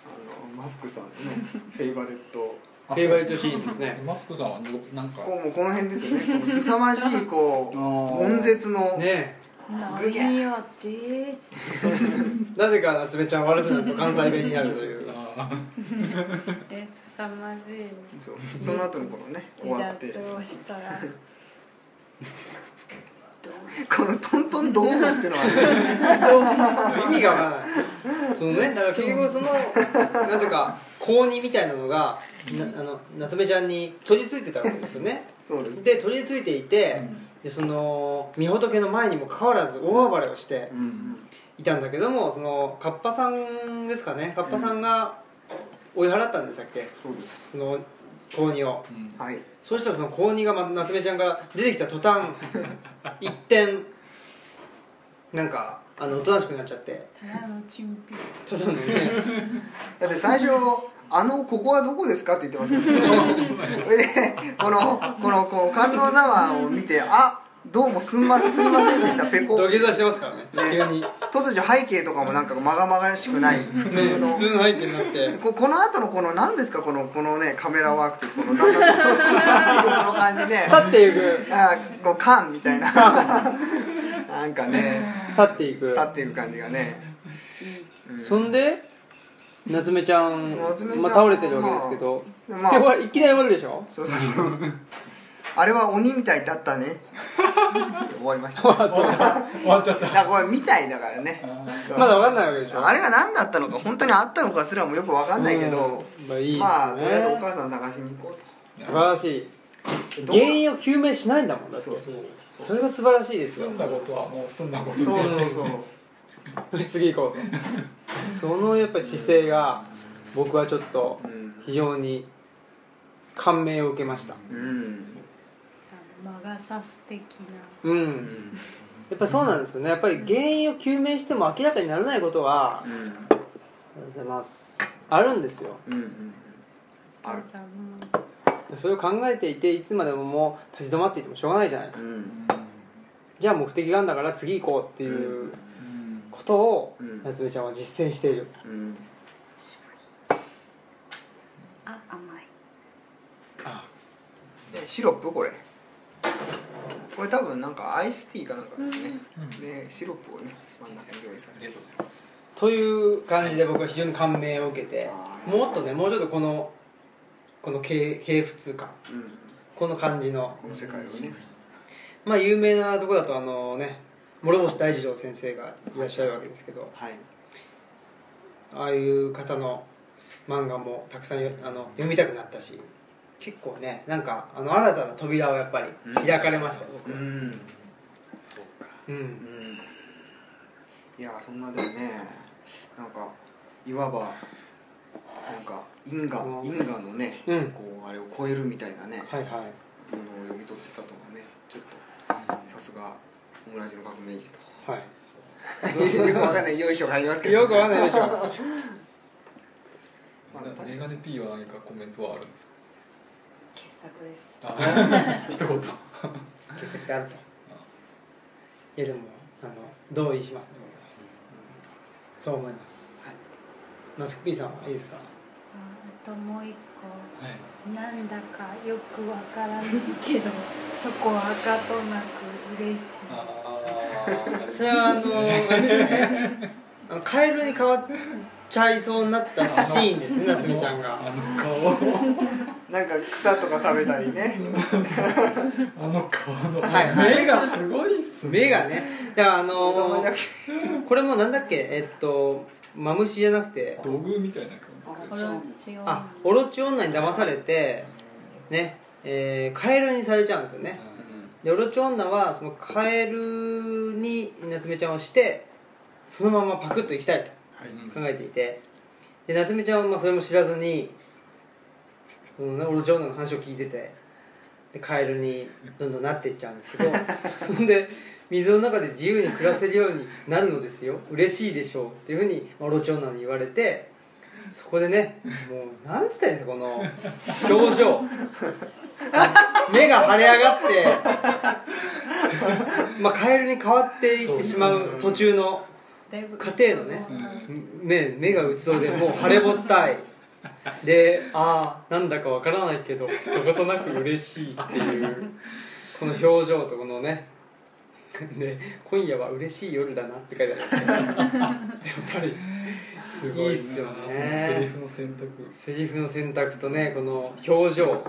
Speaker 2: あのマスクさんのねフェイバレット
Speaker 1: フェイバリットシーンですね
Speaker 3: [laughs] マスクさんはどなんか
Speaker 2: こうもうこの辺ですよねこの凄まじいこう
Speaker 3: あー
Speaker 2: 悶絶の、
Speaker 1: ね
Speaker 4: 何やって
Speaker 1: えなぜか夏目ちゃんは悪くなると関西弁になるという
Speaker 3: あ
Speaker 5: え凄まじい
Speaker 2: そうその後のこのね終わって
Speaker 5: 離脱をしたら
Speaker 4: どう
Speaker 2: このトントンドームっていうのは、ね、
Speaker 1: 意味がわからないそのねだから結局そのなんていうか高2みたいなのがなあの夏目ちゃんに取り付いてたわけですよね
Speaker 2: そうです
Speaker 1: で取り付いてい
Speaker 3: ー
Speaker 1: て、でその御仏の前にもかかわらず大暴れをして
Speaker 2: うん
Speaker 1: いたんだけどもそのカッパさんですかねカッパさんが追い払ったんでしたっけ
Speaker 2: そうです
Speaker 1: その高2を
Speaker 3: うん
Speaker 2: はい
Speaker 1: そうしたらその高2がま夏目ちゃんから出てきた途端一転なんかあのおとなしくなっちゃって
Speaker 4: ただのチンピ
Speaker 1: ただのね
Speaker 2: だって最初「あのここはどこですか?」って言ってま
Speaker 1: [laughs]
Speaker 2: すよねそれでこのこのこの観音様を見て「あどうもすんますみませんでしたペコ」
Speaker 1: 土下座してますからね急に
Speaker 2: 突如背景とかもなんかまがまがしくない普通
Speaker 1: ね
Speaker 2: の
Speaker 1: 普通の背景になって
Speaker 2: ここの後のこの何ですかこのこのねカメラワークというこのだんだんこうなっていくこの感じね
Speaker 1: 去っていく
Speaker 2: あこうカンみたいななんかね
Speaker 1: 去っていく
Speaker 2: 去っていく感じがね、うん
Speaker 1: そんで夏目ちゃん
Speaker 2: 夏目ちゃん
Speaker 1: まあ、倒れてるわけですけど、
Speaker 2: で
Speaker 1: でほらいきなり終わるでしょ
Speaker 2: そうそうそう。あれは鬼みたいだったね。終わりました。だか
Speaker 3: 終わっちゃった
Speaker 2: らこれみたいだからね。
Speaker 1: まだ分かんないわけでしょ
Speaker 2: あれが何だったのか本当にあったのかすらもよくわかんないけど、
Speaker 1: うんまあいいですね、
Speaker 2: まあとりあえずお母さん探しに行こ
Speaker 1: 素晴らしいう
Speaker 2: と。
Speaker 1: 原因を究明しないんだもんだって
Speaker 2: そうそう
Speaker 1: それが素晴らしいです
Speaker 3: 済
Speaker 1: よ
Speaker 3: んだことはもう済んだこと
Speaker 2: そうそうそう。
Speaker 1: [laughs] 次行こうとそのやっぱり姿勢が僕はちょっと
Speaker 2: うん
Speaker 1: 非常に感銘を受けました
Speaker 2: うん
Speaker 5: あの魔が差す的
Speaker 1: う
Speaker 2: うんん
Speaker 1: やっぱりそうなんですよねやっぱり原因を究明しても明らかにならないことはありがとうございますあるんですよ
Speaker 2: うんうん
Speaker 5: な
Speaker 2: ある。
Speaker 5: だからも
Speaker 1: それを考えていていつまでももう立ち止まっていてもしょうがないじゃないか
Speaker 2: うん
Speaker 1: じゃあ目的があるんだから次行こうっていう
Speaker 3: うん
Speaker 1: ことを
Speaker 2: うん
Speaker 1: 夏目ちゃんは実践している
Speaker 2: うん
Speaker 4: あ甘い
Speaker 1: あ
Speaker 2: えシロップこれ。これ多分なんかアイスティーかなんかですね。
Speaker 3: うん
Speaker 2: でシロップをね真ん中に用意さ
Speaker 3: あ
Speaker 2: れ
Speaker 3: り
Speaker 2: て
Speaker 3: がとうございます
Speaker 1: という感じで僕は非常に感銘を受けて
Speaker 2: あー
Speaker 1: もっとねもうちょっとこのこの系系普通感
Speaker 2: うん
Speaker 1: この感じの
Speaker 2: この世界をね。
Speaker 1: まあ有名なとこだとあのね諸星大二郎先生がいらっしゃるわけですけど
Speaker 2: はい。
Speaker 1: ああいう方の漫画もたくさんよあの読みたくなったし結構ねなんかあの新たな扉をやっぱり開かれましたよ、僕
Speaker 2: うんそうか
Speaker 1: う
Speaker 2: うんんいやそんなでもねなんかいわばなんか因果
Speaker 1: うん
Speaker 2: 因果のね、
Speaker 1: うん
Speaker 2: こうあれを超えるみたいなね、
Speaker 1: はいはい
Speaker 2: ものを読み取ってたとはねちょっとさすがオムラジの革命児と
Speaker 1: はい
Speaker 2: [laughs] よくわかんないよいしょ入りますけど
Speaker 1: よくわかんないでしょ
Speaker 2: まあ確かに
Speaker 3: メガネ P は何かコメントはあるんですか
Speaker 4: 傑作です。
Speaker 3: あ [laughs] 一言
Speaker 1: 欠席ってあるといやでもあの同意しますね僕はそう思います
Speaker 2: はい
Speaker 1: マスク P さんはいいですか
Speaker 5: あともう一個
Speaker 3: はい
Speaker 5: なんだかよくわからないけどそこはかとなく嬉しい
Speaker 3: ああ
Speaker 1: それはあのあれですねあのカエルに変わっちゃいそうになったシーンですね夏目ちゃんが
Speaker 3: あの顔
Speaker 2: なんか草とか食べたり
Speaker 1: [laughs]
Speaker 2: ね
Speaker 3: あの顔の、
Speaker 1: はい
Speaker 3: 目がすごいっすね
Speaker 1: 目がねいやあ
Speaker 2: 子供
Speaker 1: の
Speaker 2: じゃくて
Speaker 1: これもなんだっけえっとマムシじゃなくて
Speaker 3: 土偶みたいな
Speaker 4: あ
Speaker 3: 顔
Speaker 5: こ
Speaker 4: ら
Speaker 5: れ
Speaker 4: ちょ
Speaker 5: は
Speaker 4: っ
Speaker 5: 違う
Speaker 1: あオロチ女に騙されてねえーカエルにされちゃうんですよね、でオロチ女はそのカエルに夏目ちゃんをしてそのままパクッと行きたいと
Speaker 2: はい
Speaker 1: 考えていてで夏目ちゃんはまあそれも知らずに、うんね、オロチ女の話を聞いててでカエルにどんどんなっていっちゃうんですけどそんで水の中で自由に暮らせるようになるのですよ嬉しいでしょうっていうふうにオロチ女に言われてそこでねもうなんつったらいいんですかこの表情目が腫れ上がってまあカエルに変わっていってしまう途中の
Speaker 5: だいぶ
Speaker 1: 家庭のね
Speaker 3: うん
Speaker 1: 目目がうつろでもう腫れぼったいでああなんだかわからないけどどことなく嬉しいっていうこの表情とこのねで今夜は嬉しい夜だなって書いてあるんですよやっぱり
Speaker 3: す
Speaker 1: ごいない
Speaker 3: っすよねそのセリフの選択
Speaker 1: セリフの選択とねこの表情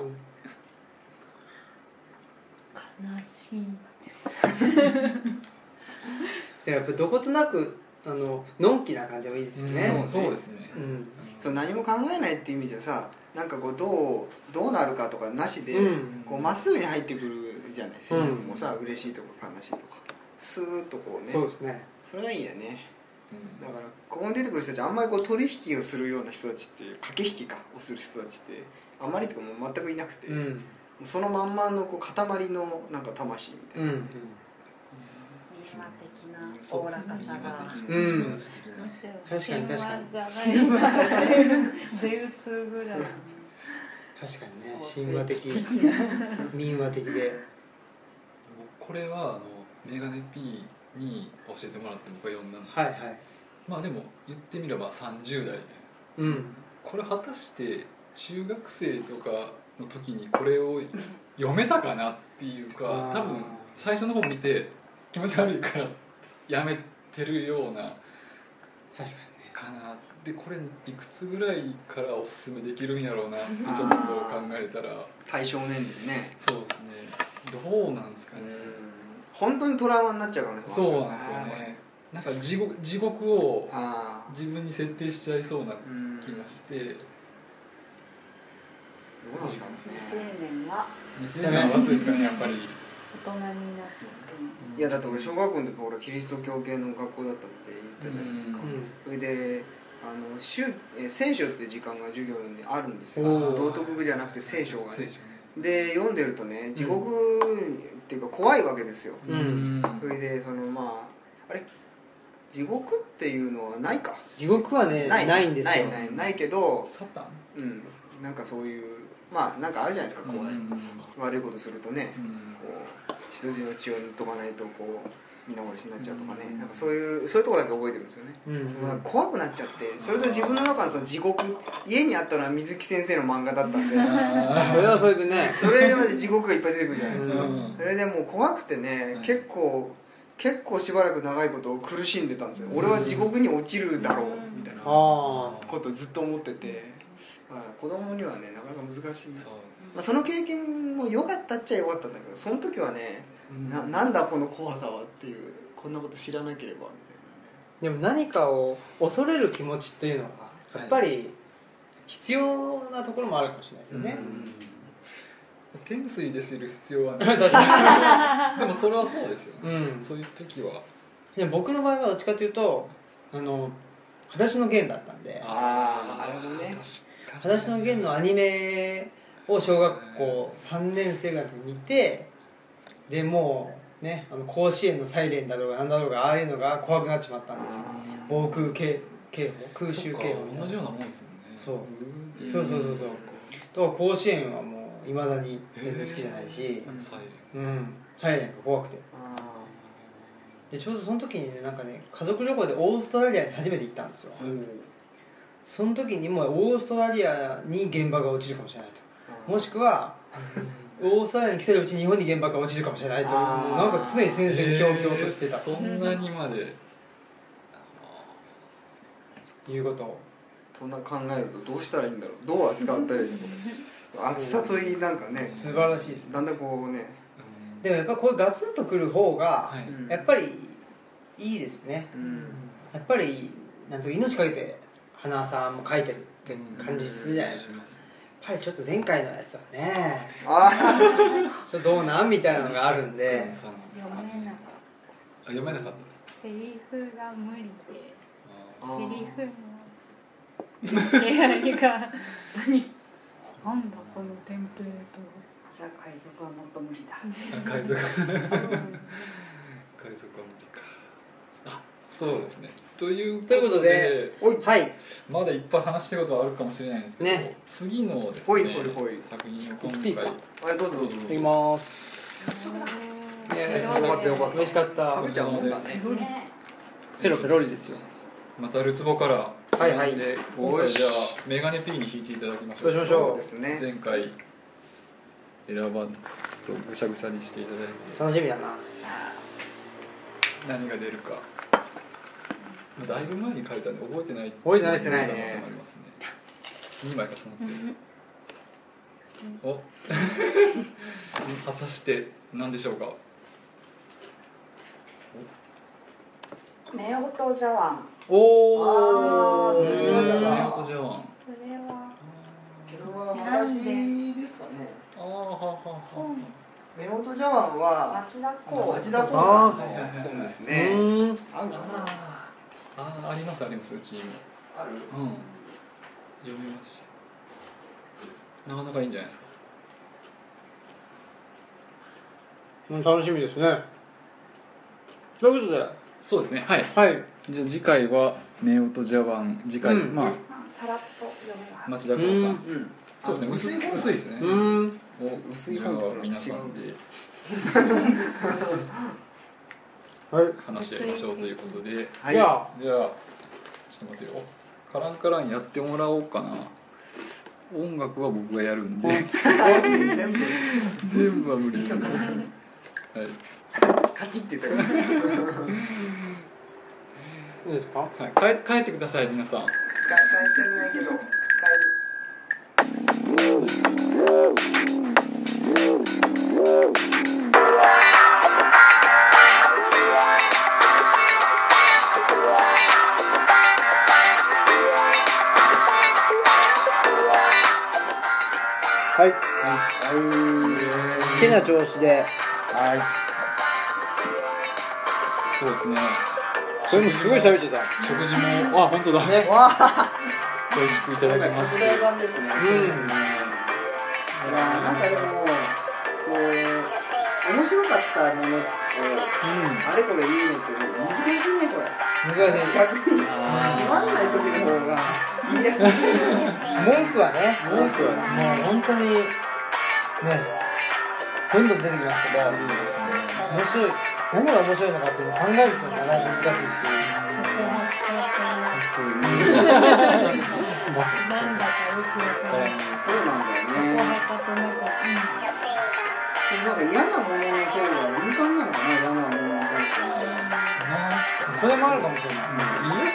Speaker 5: 悲しい
Speaker 1: でやっぱどことなくあののんきな感じもいいですよね、
Speaker 3: そうそうですね
Speaker 1: うん
Speaker 2: そう何も考えないっていう意味じゃさなんかこうどうどうなるかとかなしで
Speaker 1: うん
Speaker 2: こうまっすぐに入ってくるじゃないセリフもさ嬉しいとか悲しいとかスーッとこうね
Speaker 1: そうですね
Speaker 2: それがいいよね
Speaker 3: うん
Speaker 2: だからここに出てくる人たちあんまりこう取引をするような人たちっていう駆け引きかをする人たちってあんまりとかもう全くいなくて、
Speaker 1: う
Speaker 2: も
Speaker 1: ん
Speaker 2: うそのまんまのこう塊のなんか魂みた
Speaker 1: う
Speaker 2: いな、
Speaker 1: ん
Speaker 4: とミーマ的なおおらかさが。
Speaker 1: うん確
Speaker 5: 確
Speaker 1: かに確かに
Speaker 5: じ
Speaker 1: [laughs]
Speaker 5: ゃないゼウスぐらい
Speaker 1: 確かにね
Speaker 4: そう
Speaker 1: 神話的民話的で
Speaker 3: これはあのメガネ P に教えてもらって僕は読んだんですけ
Speaker 1: はい
Speaker 3: ど、
Speaker 1: はい
Speaker 3: まあでも言ってみれば30代じゃないですか
Speaker 1: うん
Speaker 3: これ果たして中学生とかの時にこれを読めたかなっていうか
Speaker 1: あー
Speaker 3: 多分最初の方見て気持ち悪いからやめてるような
Speaker 1: 確かにね
Speaker 3: かなでこれいくつぐらいからおすすめできるんやろうなってちょっと考えたら
Speaker 2: 対象年齢ね
Speaker 3: そうですねどうなんですか
Speaker 2: う
Speaker 3: ね
Speaker 2: ん本当にトラウマになっちゃうから
Speaker 3: そうなんですよねなんか地獄地獄を
Speaker 2: ああ
Speaker 3: 自分に設定しちゃいそうな
Speaker 2: うん
Speaker 3: 気がして
Speaker 2: どうなんだろう
Speaker 4: 未成
Speaker 2: ね
Speaker 4: 年は
Speaker 3: 2000年は暑いですかねやっぱり
Speaker 5: 大人になっ
Speaker 2: いやだって俺小学校の時俺キリスト教系の学校だったって言ったじゃないですか、
Speaker 3: う
Speaker 1: うん
Speaker 2: それであの週えー聖書って時間が授業にあるんです
Speaker 1: お
Speaker 2: よ
Speaker 1: ー
Speaker 2: 道徳じゃなくて聖書が
Speaker 3: 聖
Speaker 2: ね
Speaker 3: 書ね
Speaker 2: で読んでるとね地獄っていうか怖いわけですよ、
Speaker 1: うん
Speaker 2: それでそのまああれ地獄っていうのはないか
Speaker 1: 地獄はねないんですよ
Speaker 2: ないないないけど
Speaker 3: サタン
Speaker 2: うんなんかそういうまあなんかあるじゃないですか怖い、
Speaker 3: うん
Speaker 2: 悪いことするとね
Speaker 3: うん
Speaker 2: こう羊の血を抜かないとこう皆殺しになっちゃうとかね、
Speaker 3: うん
Speaker 2: なんかそういうそういうとこだけ覚えてるんですよね
Speaker 1: うん
Speaker 2: なんか怖くなっちゃってそれと自分の中のその地獄家にあったのは水木先生の漫画だったんで
Speaker 1: それはそれでね
Speaker 2: それまで地獄がいっぱい出てくるじゃないですか、
Speaker 3: うん
Speaker 2: それでもう怖くてね、
Speaker 3: うん
Speaker 2: 結構結構しばらく長いこと苦しんでたんですよ、俺は地獄に落ちるだろうみたいな
Speaker 1: あー
Speaker 2: ことをずっと思っててだから子供にはねなかなか難しい、
Speaker 3: そうです
Speaker 2: まあ、その経験も良かったっちゃ良かったんだけどその時はねななんだこの怖さはっていうこんなこと知らなければみ
Speaker 1: で
Speaker 2: たいなね
Speaker 1: も何かを恐れる気持ちっていうのがやっぱり必要なところもあるかもしれないですよね、
Speaker 3: 懸垂で知る必要はない
Speaker 1: [laughs] 確か
Speaker 3: [laughs] でもそれはそうですよ
Speaker 1: に、
Speaker 3: ね、
Speaker 1: うん、
Speaker 3: そういう時は
Speaker 1: でも僕の場合はどっちかというとあの「裸足の弦」だったんで
Speaker 2: あーなるほどね
Speaker 1: 「裸足の弦」のアニメを小学校3年生ぐらいの時に見てでもうねあの甲子園のサイレンだろうが何だろうがああいうのが怖くなっちまったんですよ防空警警報空襲警報みた
Speaker 3: 同
Speaker 1: い
Speaker 3: じ
Speaker 1: な
Speaker 3: ようなもんですもんね
Speaker 1: そう
Speaker 3: ーってい
Speaker 1: そうそうそうそうだから甲子園はもういまだに全然好きじゃないし、
Speaker 3: うんサイレン
Speaker 1: うんサイレンが怖くて
Speaker 2: あ
Speaker 1: でちょうどその時にねなんかね家族旅行でオーストラリアに初めて行ったんですよ
Speaker 2: ーうん
Speaker 1: その時にもうオーストラリアに原爆が落ちるかもしれないともしくはオーストラリアに来てるうちに日本に原爆が落ちるかもしれないと
Speaker 2: あー
Speaker 1: なんか常に先生に強々としてた
Speaker 3: えーそんなにまで
Speaker 1: ということを
Speaker 2: そんな考えるとどうしたらいいんだろうどう扱ったらいいのか暑さといいなんかね
Speaker 1: 素晴らしいですね
Speaker 2: だんだんこうね、
Speaker 3: うん
Speaker 1: でもやっぱりこういうガツンとくる方が
Speaker 3: はい
Speaker 2: うん
Speaker 1: やっぱりいいですね
Speaker 2: うん
Speaker 1: やっぱりなんていうか命かけて花輪さんも書いてるって感じするじゃないですか
Speaker 3: します
Speaker 1: やっぱりちょっと前回のやつはね
Speaker 2: あ
Speaker 1: ちょっとどうなんみたいなのがあるんで
Speaker 3: うんそうなんです
Speaker 5: 読
Speaker 3: か
Speaker 5: めな
Speaker 3: ね
Speaker 5: かっ
Speaker 3: あ読めなかった
Speaker 5: たセリフが無理で
Speaker 3: あ
Speaker 2: あ
Speaker 5: セ
Speaker 2: ー
Speaker 5: リフの掛け合いが何なんだこのテンプレート
Speaker 4: じゃあ海賊はもっと無理だ
Speaker 3: ー海賊
Speaker 4: うん
Speaker 3: 海賊は無理かあそうですねということ
Speaker 1: ということで
Speaker 2: おい
Speaker 1: はい
Speaker 3: まだいっぱい話したいことはあるかもしれないんですけど、
Speaker 1: ね
Speaker 3: 次のですね
Speaker 2: ほいほいほい
Speaker 3: 作品を
Speaker 1: 送
Speaker 3: 今
Speaker 1: っていいです
Speaker 3: 回
Speaker 1: か
Speaker 2: あれどうぞどうぞ
Speaker 1: いきます
Speaker 5: 面
Speaker 3: やいや
Speaker 5: 白い
Speaker 2: よかったよかっ
Speaker 1: 美味しかった
Speaker 2: 食べちゃうもんだね
Speaker 3: た
Speaker 5: ね
Speaker 1: ペロペロリですよ
Speaker 3: またるつぼから
Speaker 1: はいはい
Speaker 3: で今
Speaker 2: おい
Speaker 3: 回
Speaker 2: し
Speaker 3: じゃあメガネ P に引いていただきましょ
Speaker 1: そう
Speaker 3: う
Speaker 1: しましょ
Speaker 2: そうですね
Speaker 3: 前回選ばんちょっとぐしゃぐしゃにしていただいて
Speaker 1: 楽しみだな
Speaker 3: 何が出るかだいぶ前に書いたんで覚えてない
Speaker 1: 覚えてないですね
Speaker 3: そうなりますね2枚重なってるお [laughs] 果たして何でしょうか
Speaker 4: 夫婦茶碗
Speaker 1: お
Speaker 4: あーそれ見ましたか
Speaker 3: ネオトジャワン
Speaker 5: これは
Speaker 2: これは話ですかね
Speaker 3: あーははは
Speaker 5: 本
Speaker 2: 目元茶碗は
Speaker 4: 町田
Speaker 3: あ
Speaker 4: 港
Speaker 2: 町田光さんの本ですね
Speaker 1: うん
Speaker 2: あるかな
Speaker 3: あーあーありますありますうちにも
Speaker 2: ある
Speaker 3: うん読みましたなかなかいいんじゃないですか
Speaker 1: うん楽しみですねということで
Speaker 3: そうですねはい
Speaker 1: はい
Speaker 3: じゃあ次回は「ネオトジャワン」次回、
Speaker 1: うん
Speaker 3: まあ
Speaker 4: あさらっと読めます
Speaker 3: 町田光さん
Speaker 2: うん
Speaker 3: そうですね薄い
Speaker 2: 薄い
Speaker 3: 薄いですね
Speaker 1: うん
Speaker 3: お
Speaker 2: 薄い本とか
Speaker 3: じゃあ皆さんで
Speaker 1: はい
Speaker 3: 話し合いましょうということで
Speaker 2: はい
Speaker 1: じゃあ
Speaker 3: じゃあちょっと待ってよカランカランやってもらおうかな音楽は僕がやるんで
Speaker 2: 全部
Speaker 3: 全部は無理ですね
Speaker 4: 忙しい
Speaker 3: はい
Speaker 2: カチって言ったから
Speaker 1: いいですか
Speaker 3: はい、帰帰ってください皆さ
Speaker 2: 帰っ
Speaker 3: ん
Speaker 2: てないけど帰る
Speaker 1: はい
Speaker 2: はい
Speaker 1: 手な調子で
Speaker 3: はいそうですね
Speaker 1: これもすごい喋っちゃった
Speaker 3: 食事もあ本当だ
Speaker 1: ね
Speaker 2: わあ
Speaker 3: 美味しくいただきまし
Speaker 2: 拡
Speaker 3: て
Speaker 2: 大版です
Speaker 1: う
Speaker 2: ね
Speaker 1: ん
Speaker 2: いやーなんかでもこう面白かったものをあれこれ言うのって難しいねこれ
Speaker 1: 難しい
Speaker 2: 逆につ
Speaker 3: あー
Speaker 2: まんない時の方が言いやすい
Speaker 1: 文句はね文句はもう本当にねどんどん出てきますけど
Speaker 3: うんいいですね
Speaker 1: 面白い何が面白いのかっていうのを考えるっていうのがね難しい
Speaker 5: そこはこうとなんだかよくわからない
Speaker 2: そうなんだよ
Speaker 5: そ
Speaker 2: ね
Speaker 5: こはかとなんかうん
Speaker 2: なんか嫌なものの方が敏感なのかな嫌なものに対して
Speaker 1: しそれもあるかもしれない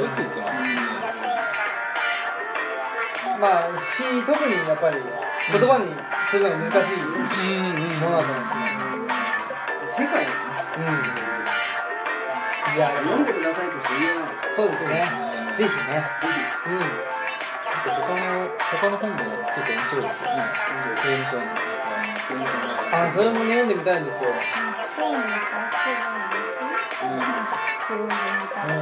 Speaker 3: 言いやすい言いやすいってのはあります
Speaker 1: まあ
Speaker 3: ね
Speaker 1: し特にやっぱり言葉にするのが難しいものだと思う
Speaker 2: 世界ですね
Speaker 1: うんいや
Speaker 2: 読んでくださいとしか言えないです
Speaker 1: そうですねぜひね
Speaker 2: ぜ
Speaker 1: うん
Speaker 3: 他の他の本も結構面白いですよね刑務所の
Speaker 2: ひ読んでください
Speaker 1: あそれもね読んでみたいんですよ
Speaker 3: あの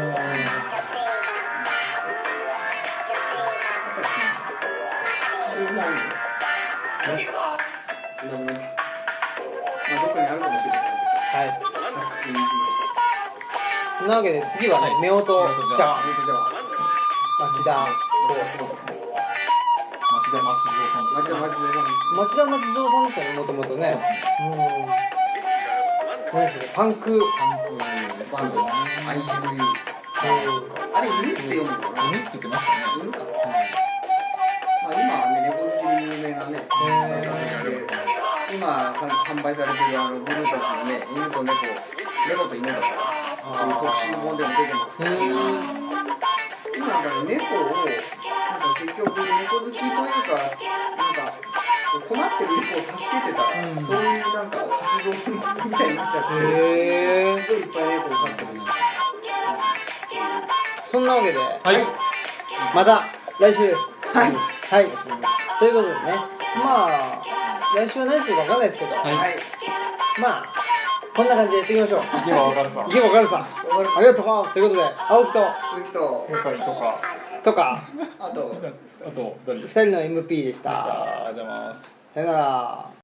Speaker 2: それぐらいあるのなるほどまあどっかにあるかもしれない
Speaker 1: はい
Speaker 2: けど発掘に行きま
Speaker 1: そんなわけで次はね
Speaker 3: はい
Speaker 1: 夫婦
Speaker 3: 夫婦
Speaker 1: じ
Speaker 3: じ
Speaker 1: ゃ
Speaker 3: ゃ
Speaker 1: あ
Speaker 2: したえっとじゃあ
Speaker 1: 町田
Speaker 2: そうそうそう
Speaker 3: 町田町
Speaker 2: 町田
Speaker 3: 蔵さん
Speaker 2: 町田
Speaker 1: 町田
Speaker 2: さんです
Speaker 1: 町蔵さんですよねもともとね
Speaker 3: そうで
Speaker 1: うん何でしょ
Speaker 3: すね
Speaker 1: うねパンクうん
Speaker 3: パンクですよ
Speaker 2: バンド
Speaker 3: ね
Speaker 2: IMU あれ売るって読むのかな
Speaker 3: 海って言ってましたね
Speaker 2: 売るかなまあ、今はね、レコ好きで有名なね、サイトして、今は販売されてるあのブルータスのね、犬と猫、猫と犬だとか、いう特集本でも出てますけど、今なんかね、猫を、なんか結局、猫好きというか、なんか、困ってる猫を助けてたら、
Speaker 1: うん
Speaker 2: そういうなんか活動みたいになっちゃって、
Speaker 1: へえ
Speaker 2: すごいいっぱい猫を飼ってる。
Speaker 1: そんなわけで
Speaker 3: はい
Speaker 1: また来週です
Speaker 2: はい
Speaker 1: はいということでねまあ来週は何するか分かんないですけど
Speaker 3: はい
Speaker 2: はい、
Speaker 1: まあこんな感じでやっていきましょう
Speaker 3: 今は分かるさ
Speaker 1: 池本かるさん
Speaker 2: わかる
Speaker 1: ありがとうということで青木と
Speaker 2: 鈴木と、
Speaker 3: 向井とか
Speaker 1: とか
Speaker 2: あと、
Speaker 3: あと
Speaker 1: 2
Speaker 3: 二人
Speaker 1: 人の MP でし
Speaker 3: でしたたありがとうございます
Speaker 1: さよなら